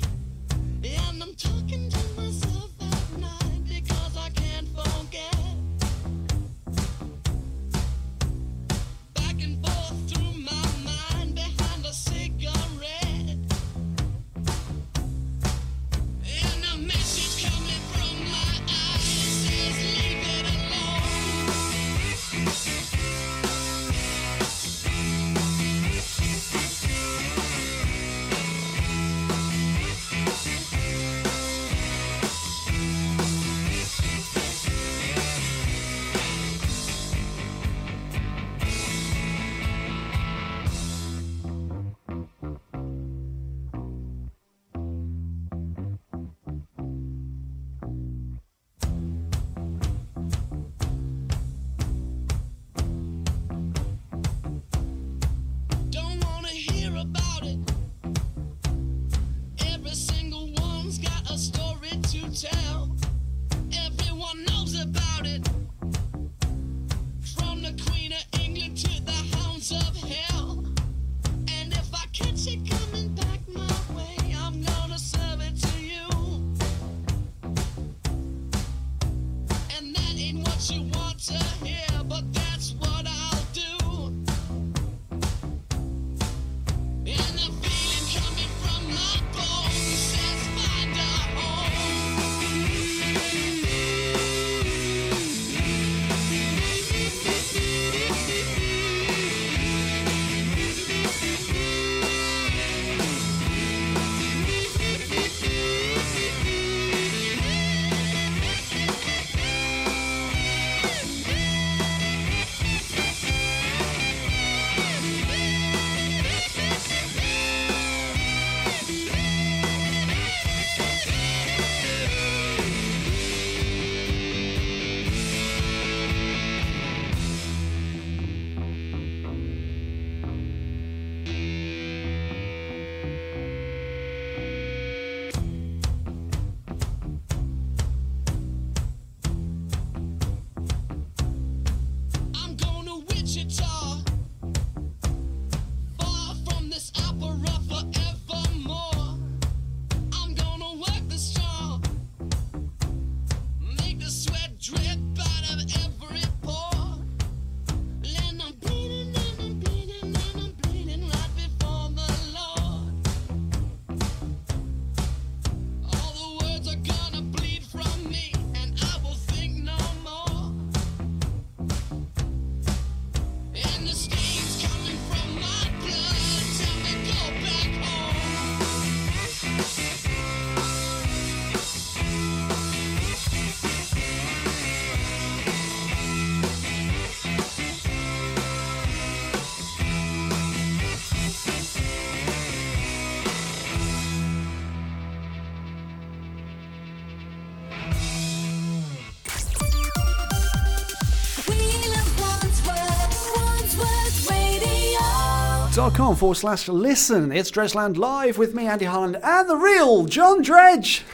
S1: facebook.com forward slash listen. It's Dredgeland Live with me, Andy Holland, and the real John Dredge.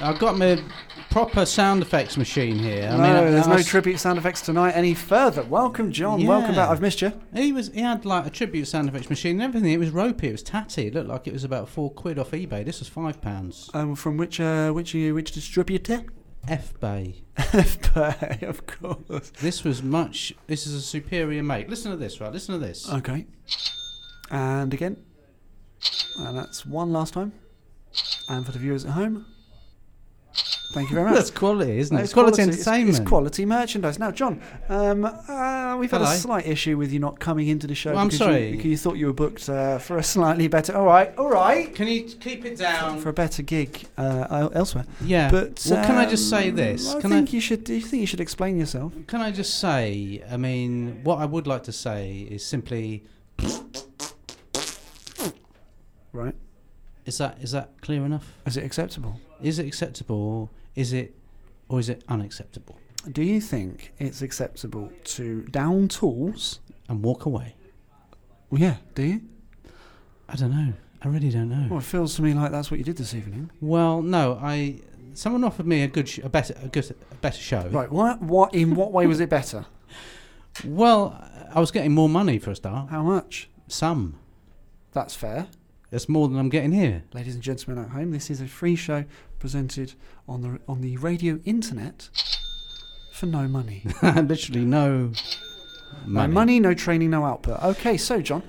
S2: I've got my proper sound effects machine here. I
S1: No,
S2: mean, I-
S1: there's
S2: I
S1: no
S2: was-
S1: tribute sound effects tonight any further. Welcome, John. Welcome
S2: Yeah.
S1: back. I've missed you.
S2: He was he had like a tribute sound effects machine and everything. It was ropey, it was tatty. It looked like it was about four quid off eBay. This was five pounds.
S1: Um, from which uh, which which distributor?
S2: F Bay.
S1: FPay, of course.
S2: This was much. This is a superior make. Listen to this, right? Listen to this.
S1: Okay. And again. And that's one last time. And for the viewers at home, thank you very much.
S2: That's quality, isn't it?
S1: It's
S2: It's quality,
S1: it's-
S2: entertainment.
S1: It's, quality merchandise. Now, John, um, uh, we've had
S2: Hello.
S1: a slight issue with you not coming into the show.
S2: Well, I'm
S1: because you-
S2: sorry.
S1: because you thought you were booked uh, for a slightly better. All right, all right.
S2: Can you keep it down?
S1: For a better gig uh, el- elsewhere.
S2: yeah.
S1: But
S2: well, can I just
S1: um,
S2: say this?
S1: I
S2: Can
S1: think you should. Do you think you should explain yourself?
S2: Can I just say, I mean, what I would like to say is simply,
S1: Right.
S2: is that is that clear enough?
S1: Is it acceptable?
S2: Is it acceptable? Is it, or is it unacceptable?
S1: Do you think it's acceptable to down tools?
S2: And walk away.
S1: Well, yeah. Do you?
S2: I don't know. I really don't know.
S1: Well, it feels to me like that's what you did this evening.
S2: Well, no, I. Someone offered me a good, sh- a better, a good, a better show.
S1: Right. What? What? In what way was it better?
S2: Well, I was getting more money for a start.
S1: How much?
S2: Some.
S1: That's fair.
S2: That's more than I'm getting here.
S1: Ladies and gentlemen at home, this is a free show presented on the on the radio internet for no money.
S2: Literally no
S1: No
S2: money.
S1: money, no training, no output. Okay, so John,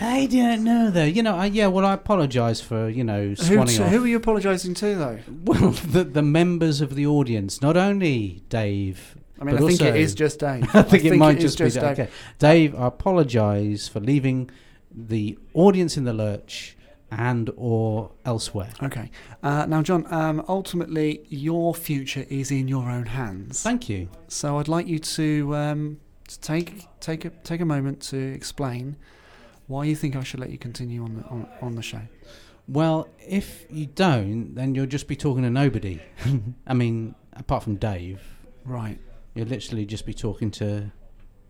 S2: I don't know though. You know, I, yeah. Well, I apologise for you know
S1: who,
S2: swanning
S1: so
S2: off.
S1: who are you apologising to though?
S2: Well, the, the members of the audience, not only Dave.
S1: I mean,
S2: but
S1: I think
S2: also,
S1: it is just Dave.
S2: I think it might
S1: is
S2: just, be Dave. Okay. Dave, I apologise for leaving the audience in the lurch and or elsewhere.
S1: Okay. Uh, now, John, um, ultimately, your future is in your own hands.
S2: Thank you.
S1: So I'd like you to, um, to take take a take a moment to explain why you think I should let you continue on the on, on the show.
S2: Well, if you don't, then you'll just be talking to nobody. I mean, apart from Dave,
S1: Right.
S2: you'll literally just be talking to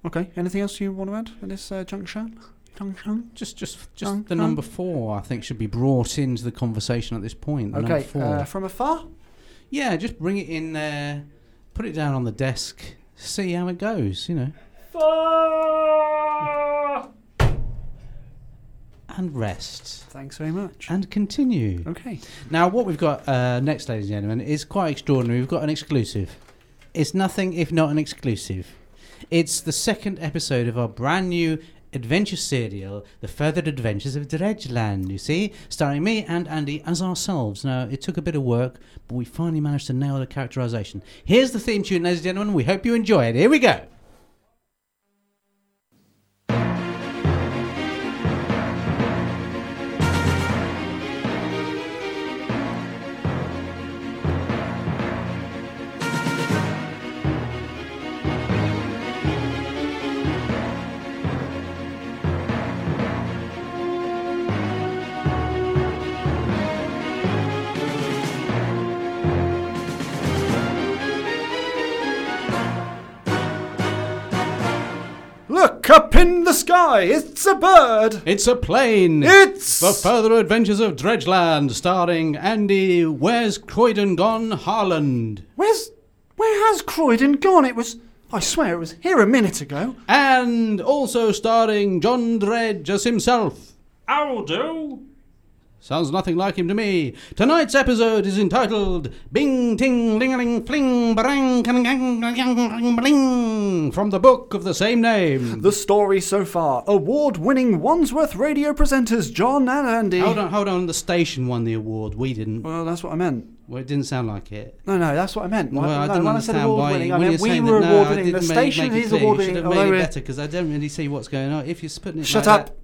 S1: Okay. Anything else you want to add at this uh, juncture? Juncture?
S2: just just just
S1: Um,
S2: the
S1: um.
S2: number four. I think should be brought into the conversation at this point. the number
S1: Okay.
S2: four.
S1: Uh, from afar.
S2: Yeah, just bring it in there, put it down on the desk, see how it goes, you know, and rest
S1: Thanks very much.
S2: and continue.
S1: Okay.
S2: Now, what we've got uh, next, ladies and gentlemen, is quite extraordinary. We've got an exclusive. It's nothing if not an exclusive. It's the second episode of our brand new adventure serial, The Furthered Adventures of Dredgeland, you see, starring me and Andy as ourselves. Now, it took a bit of work, but we finally managed to nail the characterization. Here's the theme tune, ladies and gentlemen. We hope you enjoy it. Here we go.
S1: Look up in the sky. It's a bird.
S2: It's a plane.
S1: It's
S2: The Further Adventures of Dredgeland, starring Andy Where's Croydon Gone Harland
S1: Where's where has Croydon gone? It was. I swear it was here a minute ago.
S2: and also starring John Dredge as himself.
S6: I'll do.
S2: Sounds nothing like him to me. Tonight's episode is entitled Bing Ting Lingaling Fling Barang Kang Gang Gang Bling from the book of the same name.
S1: The story so far. Award-winning Wandsworth radio presenters John and Andy.
S2: Hold on, hold on. The station won the award. We didn't.
S1: Well, that's what I meant.
S2: Well, it didn't sound like it.
S1: No, no, that's what I meant.
S2: Well,
S1: no,
S2: I don't
S1: when I said
S2: understand why.
S1: award-winning, I
S2: when
S1: meant
S2: you're
S1: we
S2: saying
S1: were
S2: that, no, I
S1: award-winning. The
S2: didn't make-
S1: station
S2: make it
S1: is
S2: clear. You should
S1: award-winning.
S2: have made
S1: although
S2: it
S1: it-
S2: better because I don't really see what's going on. If you're splitting it,
S1: Shut
S2: like
S1: up.
S2: that-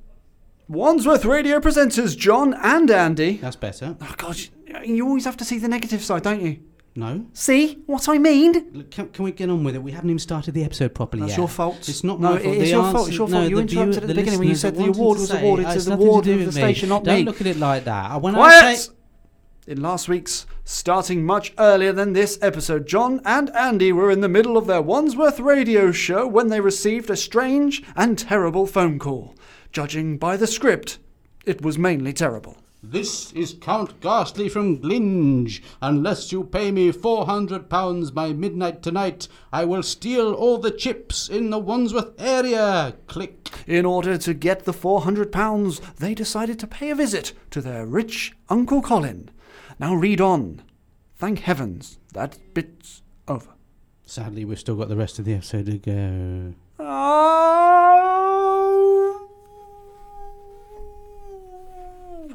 S1: Wandsworth radio presenters John and Andy.
S2: that's better.
S1: Oh God, you- you always have to see the negative side, don't you?
S2: No,
S1: See what I mean?
S2: Look, can, can we get on with it? We haven't even started the episode properly
S1: That's
S2: yet.
S1: your fault.
S2: It's not
S1: No,
S2: my
S1: it
S2: fault.
S1: is
S2: The
S1: your
S2: answer-
S1: fault. It's your
S2: no,
S1: fault. You interrupted
S2: viewer-
S1: at the beginning when you
S2: listeners
S1: said
S2: that
S1: the
S2: wanted
S1: award
S2: to
S1: was
S2: say,
S1: awarded
S2: "Oh,
S1: to
S2: it's
S1: the
S2: nothing
S1: award
S2: do
S1: of the
S2: with
S1: station, not
S2: Don't
S1: me."
S2: look at it like that. When I
S1: Quiet.
S2: say,
S1: In last week's, starting much earlier than this episode, John and Andy were in the middle of their Wandsworth radio show when they received a strange and terrible phone call. Judging by the script, it was mainly terrible.
S2: This is Count Ghastly from Glinge. Unless you pay me four hundred pounds by midnight tonight, I will steal all the chips in the Wandsworth area. Click.
S1: In order to get the £400, they decided to pay a visit to their rich Uncle Colin. Now read on. Thank heavens, that bit's over.
S2: Sadly, we've still got the rest of the episode to go.
S1: Oh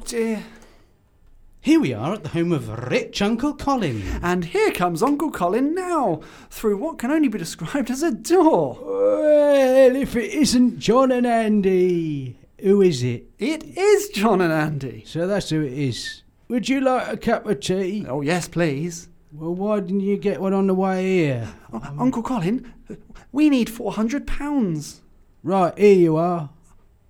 S1: dear.
S2: Here we are at the home of Rich Uncle Colin.
S1: And here comes Uncle Colin now, through what can only be described as a door.
S2: Well, if it isn't John and Andy, who is it?
S1: It is John and Andy.
S2: So that's who it is. Would you like a cup of tea?
S1: Oh, yes, please.
S2: Well, why didn't you get one on the way here?
S1: Oh, Uncle Colin, we need £400.
S2: Right, here you are.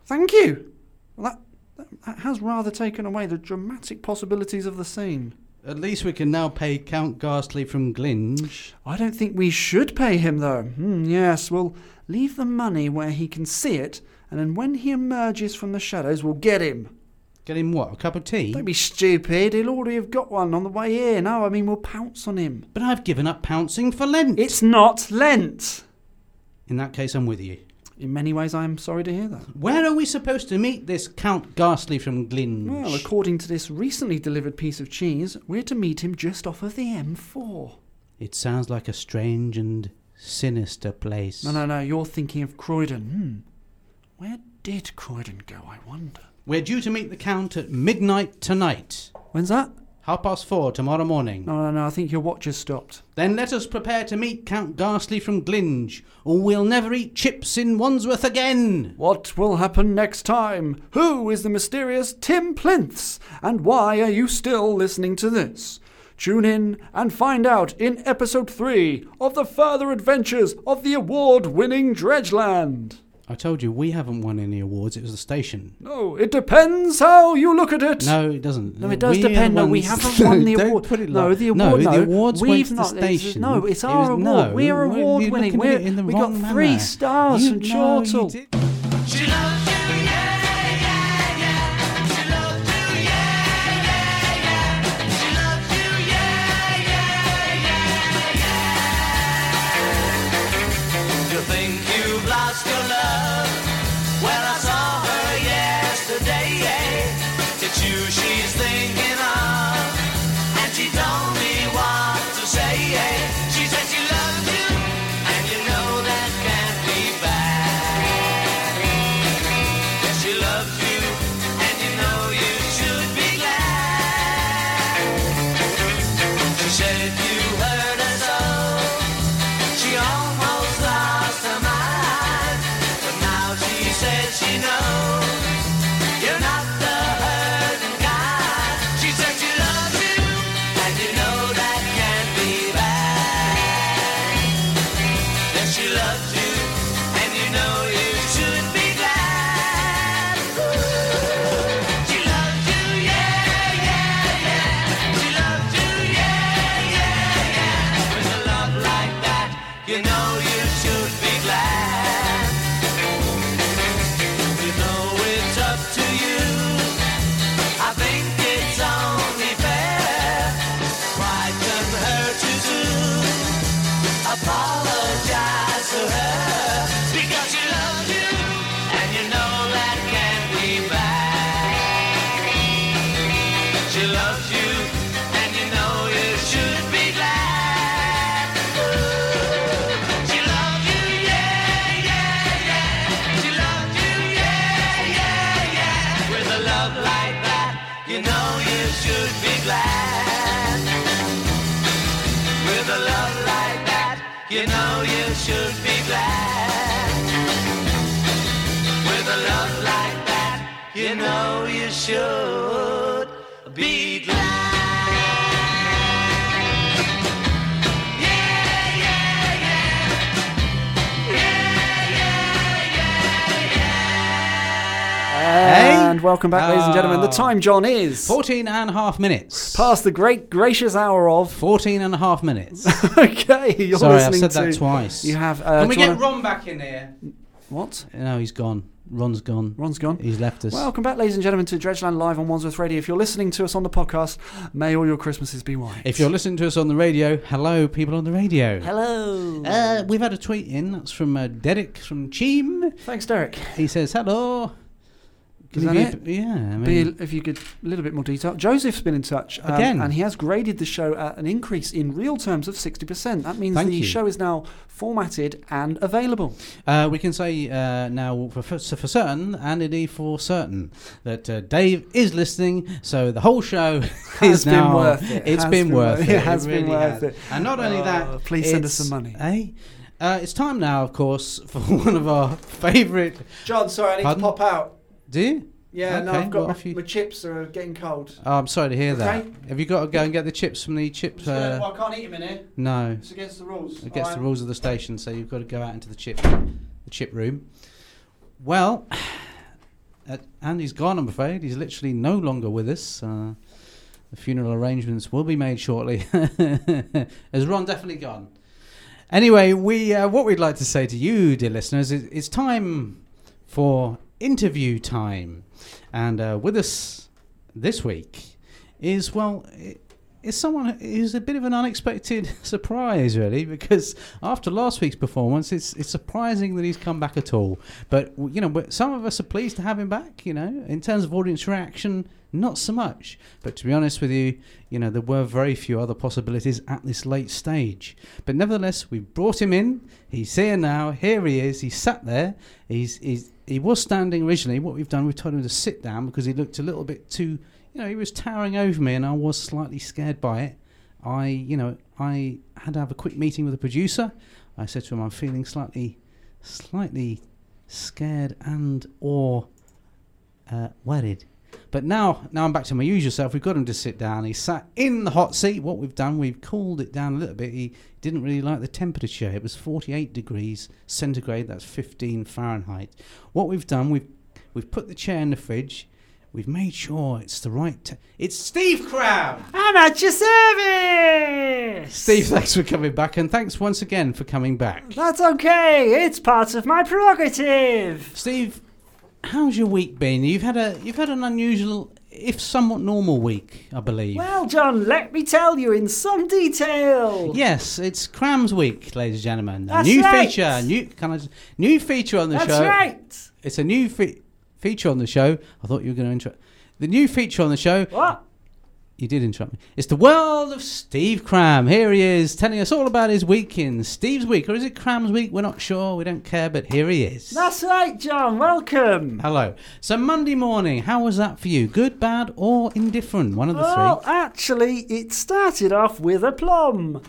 S1: Thank you. Well, that, that has rather taken away the dramatic possibilities of the scene.
S2: At least we can now pay Count Ghastly from Glinge.
S1: I don't think we should pay him, though. Hmm, yes, we'll leave the money where he can see it, and then when he emerges from the shadows, we'll get him.
S2: Get him what? A cup of tea?
S1: Don't be stupid. He'll already have got one on the way here. No, I mean, we'll pounce on him.
S2: But I've given up pouncing for Lent.
S1: It's not Lent.
S2: In that case, I'm with you.
S1: In many ways, I am sorry to hear that.
S2: Where are we supposed to meet this Count Ghastly from Glinge?
S1: Well, according to this recently delivered piece of cheese, we're to meet him just off of the M4.
S2: it sounds like a strange and sinister place.
S1: No, no, no, you're thinking of Croydon. Hmm. Where did Croydon go, I wonder?
S2: We're due to meet the Count at midnight tonight.
S1: When's that?
S2: Half past four tomorrow morning.
S1: No, no, no, I think your watch has stopped.
S2: Then let us prepare to meet Count Ghastly from Glinge, or we'll never eat chips in Wandsworth again.
S1: What will happen next time? Who is the mysterious Tim Plinths? And why are you still listening to this? Tune in and find out in episode 3 of the further adventures of the award winning Dredgeland.
S2: I told you we haven't won any awards. It was the station.
S1: No, it depends how you look at it.
S2: No, it doesn't.
S1: No, it does
S2: We are
S1: depend.
S2: the
S1: No, we
S2: ones-
S1: haven't won the
S2: Don't
S1: award.
S2: put it
S1: no,
S2: like-
S1: the award.
S2: No, the awards
S1: we've
S2: went to the
S1: not, it's-
S2: station.
S1: No, it's
S2: It
S1: our
S2: was-
S1: award.
S2: no,
S1: we're
S2: you're
S1: award
S2: looking
S1: winning.
S2: at
S1: We're,
S2: it in the
S1: we got
S2: wrong
S1: three
S2: manner.
S1: stars
S2: You-
S1: from
S2: no, you
S1: Chortle.
S2: didn't.
S7: You think you've lost your love? Well, I saw her yesterday. It's you she's thinking of, and she told me what to say. She said she loved you, and you know that can't be bad. Yes, she loves you, and you know you should be glad. She said you hurt us all. She almost lost her mind, but now she says she knows you're not the hurting kind. She said she loves you, and you know that can't be bad. That she loves you, and you know you should be glad. She loves you, yeah, yeah, yeah. She loves you, yeah, yeah, yeah. With a love like that, you know you should be glad. You know it's up to you. I think it's only fair. Pride can hurt you too. Apologize to her because she loves you, and you know that can't be bad. She loves you, and you know you should be glad. She loves you, yeah, yeah, yeah. She loves you, yeah, yeah, yeah. With a love like that, you know you should be glad. With a love like that, you know you should be glad. With a love like that, you know you should be glad. Yeah, yeah, yeah.
S1: And welcome back, ladies and gentlemen. The
S2: Ah.
S1: time, John, is
S2: 14 and a half minutes.
S1: past Uh, the great gracious hour of.
S2: 14 and a half minutes.
S1: okay, you're
S2: Sorry, I've
S1: listening
S2: said that
S1: to-
S2: twice.
S1: You have. Uh,
S2: Can we
S1: do you
S2: get
S1: wanna-
S2: Ron back in here?
S1: What?
S2: No, he's gone. Ron's gone.
S1: Ron's gone.
S2: He's left us.
S1: Welcome back, ladies and gentlemen, to Dredgeland Live on Wandsworth Radio. If you're listening to us on the podcast, may all your Christmases be white.
S2: if you're listening to us on the radio, hello, people on the radio.
S3: Hello.
S2: Uh, we've had a tweet in. That's from uh, Derek from Cheam.
S1: Thanks, Derek.
S2: He says, hello.
S1: Is
S2: Can you
S1: that
S2: be- Yeah. I
S1: Be,
S2: mean,
S1: if you could, a little bit more detail. Joseph's been in touch um,
S2: Again.
S1: and he has graded the show at an increase in real terms of 60%. That means
S2: Thank
S1: the
S2: you.
S1: show is now formatted and available.
S2: uh, we can say uh, now for, for, for certain, and indeed for certain, that uh, Dave is listening, so the whole show
S1: Has
S2: is
S1: been
S2: now.
S1: worth it.
S2: has
S1: Has
S2: been
S1: been
S2: worth
S1: worth-
S2: it.
S1: it has been
S2: really
S1: worth
S2: has.
S1: it.
S2: And not only
S1: Oh,
S2: that.
S1: ple's send us
S2: it's-
S1: some money.
S2: Eh? Uh, it's time now, of course, for one of our favourite.
S1: John, sorry, I need
S2: Pardon?
S1: to pop out.
S2: Do you?
S1: Yeah, no,
S2: Okay,
S1: I've got
S2: what
S1: my,
S2: if you-
S1: my chips are getting cold.
S2: Oh, I'm sorry to hear that.
S1: Okay.
S2: Have you got to go and get the chips from the chip?
S1: Well,
S2: Uh,
S1: I can't eat them in here.
S2: no.
S1: It's against the rules.
S2: It gets
S1: All
S2: the
S1: right.
S2: rules of the station, so you've got to go out into the chip, the chip room. Well, uh, Andy's gone. I'm afraid he's literally no longer with us. Uh, the funeral arrangements will be made shortly. Is Ron definitely gone? Anyway, we uh, what we'd like to say to you, dear listeners, is it's time for interview time, and uh, with us this week is well. i is someone who's a bit of an unexpected surprise, really, because after last week's performance, it's it's surprising that he's come back at all. But w- you know, but some of us are pleased to have him back. You know, in terms of audience reaction, not so much. But to be honest with you, you know, there were very few other possibilities at this late stage. But nevertheless, we brought him in. He's here now. Here he is. He sat there. He's he's he was standing originally. What we've done, we've told him to sit down because he looked a little bit too you know, he was towering over me, and I was slightly scared by it. I, you know, I had to have a quick meeting with the producer. I said to him, "I'm feeling slightly, slightly scared and or uh, worried." But now, now I'm back to my usual self. We've got him to sit down. He sat in the hot seat. What we've done, we've cooled it down a little bit. He didn't really like the temperature. It was 48 degrees centigrade. That's 15 Fahrenheit. What we've done, we've we've put the chair in the fridge. We've made sure it's the right. T- it's Steve Crab.
S4: I'm at your service.
S2: Steve, thanks for coming back, and thanks once again for coming back.
S4: That's okay. It's part of my prerogative.
S2: Steve, how's your week been? You've had a you've had an unusual, if somewhat normal week, I believe.
S4: Well, John, let me tell you in some detail.
S2: Yes, it's Crams Week, ladies and gentlemen. A
S4: That's
S2: new
S4: right.
S2: feature, new can I, just- new feature on the
S4: That's
S2: show.
S4: right.
S2: It's a new fe- feature on the show. I thought you were going to interrupt. The new feature on the show.
S4: What?
S2: You did interrupt me. It's the world of Steve Cram. Here he is, telling us all about his week in Steve's week, or is it Cram's week? We're not sure. We don't care. But here he is.
S4: That's right, John. Welcome.
S2: Hello. So Monday morning, how was that for you? Good, bad, or indifferent? One of the
S4: Well,
S2: three.
S4: actually, it started off with a plum.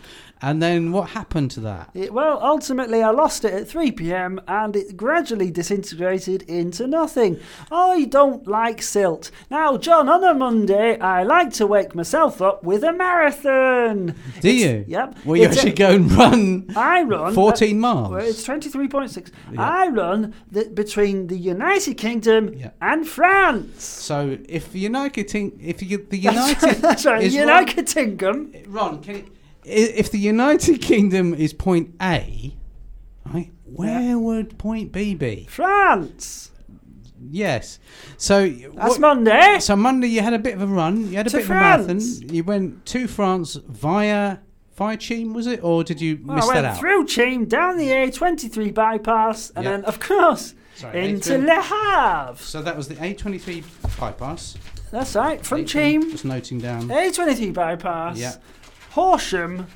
S2: And then what happened to that?
S4: It, well, ultimately, I lost it at 3 pm and it gradually disintegrated into nothing. I don't like silt. Now, John, on a Monday, I like to wake myself up with a marathon.
S2: Do you?
S4: yep.
S2: Well, you
S4: It's a-
S2: actually go and run
S4: I run.
S2: 14
S4: uh, well, it's
S2: miles.
S4: 23.6. I run the, between the United Kingdom
S2: Yeah.
S4: and France.
S2: So if the United, Ting- if you, the
S4: That's right,
S2: United,
S4: That's right.
S2: is
S4: United Kingdom.
S2: Ron, Ron, can you, i- if the United Kingdom is point A, right? Where would point B be?
S4: France.
S2: Yes. So
S4: That's
S2: what-
S4: Monday.
S2: So Monday you had a bit of a run. You had a
S4: To
S2: bit of a
S4: France.
S2: marathon. You went to France via via Chine, was it, or did you
S4: Well,
S2: miss
S4: I went
S2: that out?
S4: through Cheam, down the A23 bypass, and
S2: Yeah.
S4: then, of course,
S2: Sorry,
S4: into
S2: A23.
S4: Le Havre.
S2: So that was the A23 bypass.
S4: That's right, from
S2: A23,
S4: Cheam,
S2: Just noting down.
S4: A23 bypass,
S2: Yeah.
S4: Horsham,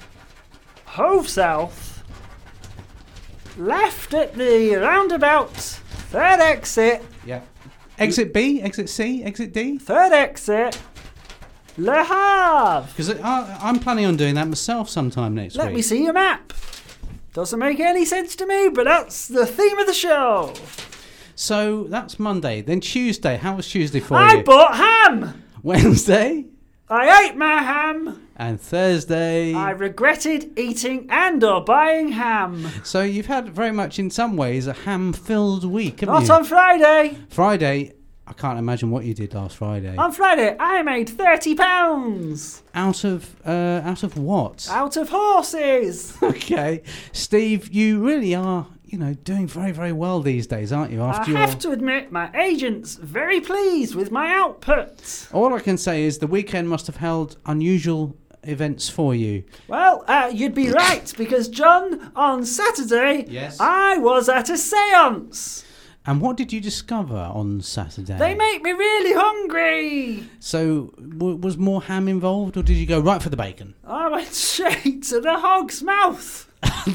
S4: Hove South, left at the roundabout, third exit,
S2: Yeah. Exit B, exit C, exit D.
S4: third exit, Le Havre.
S2: Because I'm planning on doing that myself sometime next
S4: Let
S2: week.
S4: me see your map. Doesn't make any sense to me, but that's the theme of the show.
S2: So that's Monday. Then Tuesday. How was Tuesday for
S4: I
S2: you?
S4: bought ham.
S2: Wednesday
S4: I ate my ham.
S2: and Thursday.
S4: I regretted eating and or buying ham.
S2: so you've had very much, in some ways, a ham-filled week, haven't
S4: Not
S2: you?
S4: on Friday.
S2: Friday. I can't imagine what you did last Friday.
S4: On Friday, I made thirty pounds
S2: out of uh,
S4: Ah.
S2: out of what?
S4: out of horses.
S2: okay, Steve, you really are. You you know, doing very, very well these days, aren't you? After
S4: I
S2: your...
S4: have to admit, my agent's very pleased with my output.
S2: All I can say is the weekend must have held unusual events for you.
S4: Well, uh, you'd be right, because John, on Saturday,
S2: Yes.
S4: I was at a seance.
S2: And what did you discover on Saturday?
S4: They make me really hungry.
S2: So, w- was more ham involved, or did you go right for the bacon?
S4: I went straight to the hog's mouth.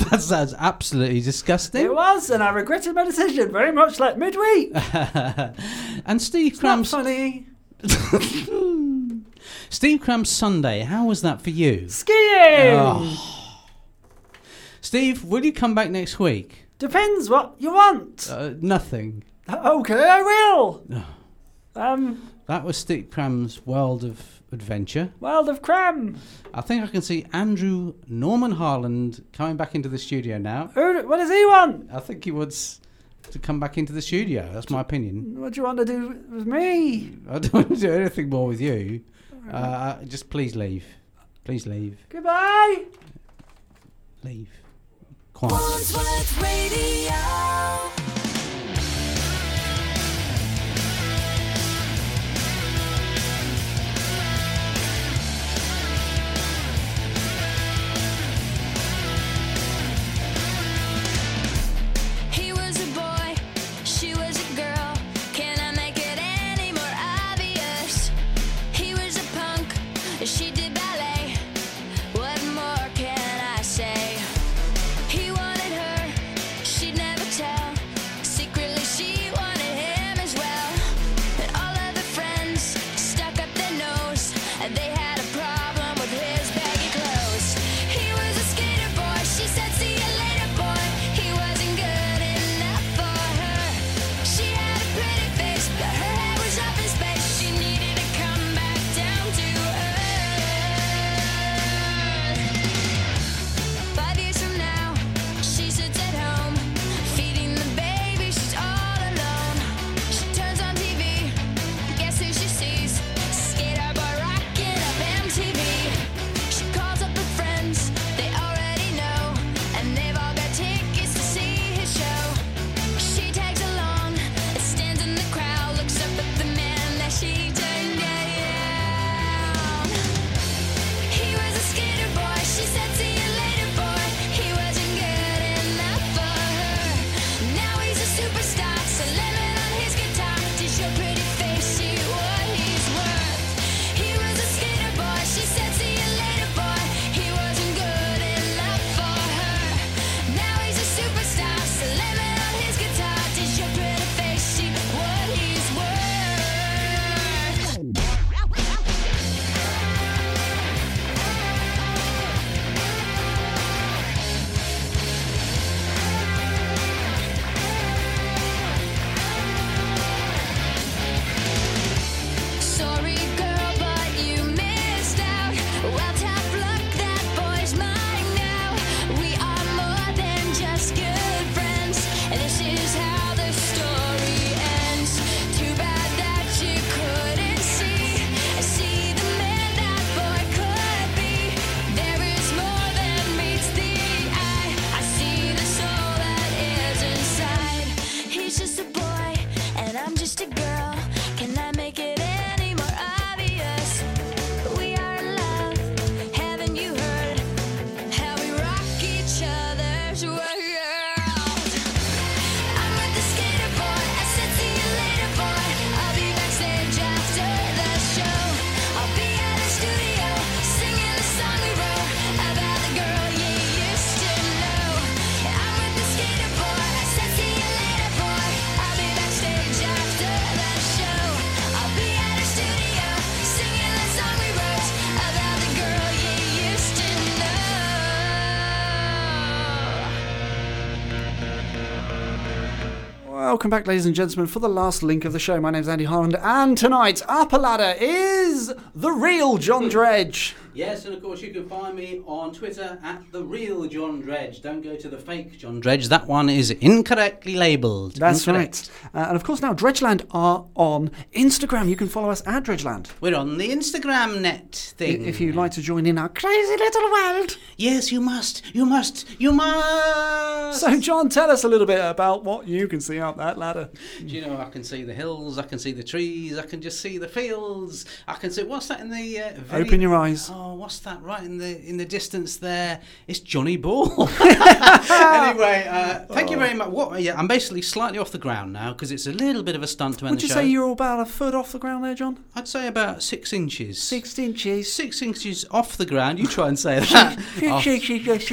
S2: that sounds absolutely
S4: It
S2: disgusting.
S4: was, and I regretted my decision very much like midweek.
S2: and Steve
S4: Not
S2: Cram's
S4: funny.
S2: Steve Cram's Sunday. How was that for you?
S4: Skiing!
S1: Ah.
S2: Oh. Steve, will you come back next week?
S4: Depends what you want.
S2: Uh, nothing.
S1: Uh.
S4: okay, I will. um,
S2: That was Steve Cram's world of adventure.
S4: World of Cram.
S2: I think I can see Andrew Norman Harland coming back into the studio now.
S4: Who, what does he want?
S2: I think he wants to come back into the studio. That's my opinion.
S4: What do you want to do with me?
S2: I don't want to do anything more with you. Uh, just please leave. Please leave.
S4: Goodbye.
S2: Leave. Quiet.
S5: Wandsworth Radio. He was a boy, she was a girl. Can I make it any more obvious? He was a punk, she did ballet. What more can I say? He wanted her, she'd never tell. Secretly, she wanted him as well. And all of her friends stuck up their nose. And they had a problem with his baggy clothes. He was a skater boy, she said, See you later, boy. He wasn't good enough for her. She had a pretty face, but her head was up in space. She needed to come back down to earth. Five years from now, she sits at home, feeding the baby, she's all alone. She turns on TV, guess who she sees? Skater boy rocking up MTV. She calls up her friends, they already know, and they've all got tickets to see his show. She tags along, stands in the crowd, looks up at the man that she turned down. He was a skater boy. She said, "See you later, boy." He wasn't good enough for her. Now he's a superstar, slamming on his guitar. Did your pretty face see what he's worth? He was a skater boy. She said, "See you later, boy." He wasn't good enough for her. Now he's a superstar, slamming on his guitar. Did your pretty face see what he's worth? Sorry, girl, but you missed out. Well, tough luck, that boy's mine now. We are more than just good friends. And this is how the story ends. Too bad that you couldn't see. See the man that boy could be. There is more than meets the eye. I see the soul that is inside. He's just a boy, and I'm just a girl. Can I make it any more obvious? We are in love. Haven't you heard how we rock each other's world? I'm with the skater boy. I said, see you later, boy. I'll be backstage after the show. I'll be at the studio singing the song we wrote about the girl you used to know. I'm with the skater boy. I said, see you later, boy. I'll be backstage after the show. I'll be at the studio singing the song we wrote about the girl you used to know.
S1: Welcome back, ladies and gentlemen, for the last link of the show. My name's Andy Harland, and tonight, Upper Ladder is the real John Dredge.
S2: Yes, and of course you can find me on Twitter at the real John Dredge. Don't go to the fake John Dredge. That one is incorrectly labelled.
S1: That's
S2: Incorrect.
S1: right. Uh, and of course, now Dredgeland are on Instagram. You can follow us at Dredgeland.
S2: We're on the Instagram net. thing.
S1: If you'd like to join in our crazy little world.
S2: Yes, you must. You must. You must.
S1: So, John, tell us a little bit about what you can see up that ladder.
S2: Do you know, I can see the hills, I can see the trees, I can just see the fields. I can see what's that in the uh, very-
S1: Open your eyes.
S2: Oh, what's that right in the in the distance there? It's Johnny Ball. anyway, uh, thank you
S1: Oh.
S2: very much. What, yeah, I'm basically slightly off the ground now because it's a little bit of a stunt to end
S1: Would
S2: the
S1: you
S2: show.
S1: say you're about a foot off the ground there, John?
S2: I'd say about six inches.
S1: Six inches.
S2: Six inches off the ground. You try and say that. Oh. Off-
S9: inches off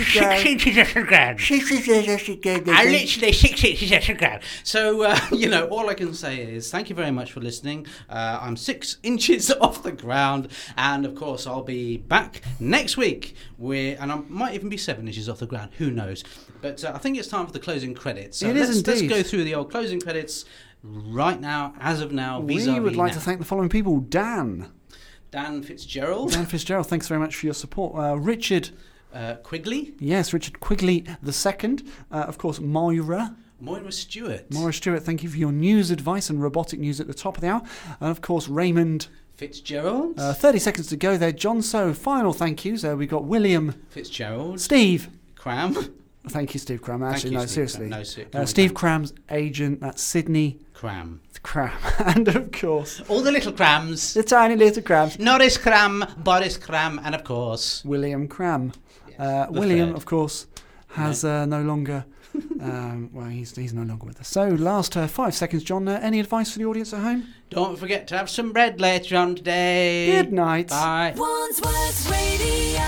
S9: the ground. I'm literally six inches off the ground.
S2: So, uh, you know, all I can say is thank you very much for listening. Uh, I'm six inches off the ground, and of course, I'll be back next week. We're, and I might even be seven inches off the ground, who knows? But uh, I think it's time for the closing credits. So
S1: It is
S2: let's, let's
S1: indeed.
S2: go through the old closing credits right now, as of now.
S1: We
S2: vis-a-vis
S1: would like
S2: now.
S1: to thank the following people Dan,
S2: Dan Fitzgerald,
S1: Dan Fitzgerald, thanks very much for your support. Uh, Richard,
S2: uh, Quigley,
S1: yes, Richard Quigley the second. Uh, of course, Moira.
S2: Moira Stewart,
S1: Moira Stewart, thank you for your news advice and robotic news at the top of the hour. And of course, Raymond.
S2: Fitzgerald,
S1: Uh, 30 seconds to go there. John So, final thank yous. Uh, we've got William,
S2: Fitzgerald,
S1: Steve.
S2: Cram,
S1: Thank you, Steve Cram. Actually,
S2: you,
S1: no,
S2: Steve
S1: seriously.
S2: Cram. No, se- come
S1: uh,
S2: on,
S1: Steve
S2: Dan.
S1: Cram's agent, that's Sydney
S2: Cram.
S1: Cram. and of course,
S2: All the little crams.
S1: the tiny little Crams,
S2: Norris Cram, Boris Cram, and of course,
S1: William Cram. Uh, William,
S2: third.
S1: of course, has uh, no longer. um, well, he's, he's no longer with us. So, last uh, five seconds, John. Uh, any advice for the audience at home?
S2: don't forget to have some bread later on today.
S1: Good night.
S2: Bye.
S5: Wandsworth Radio.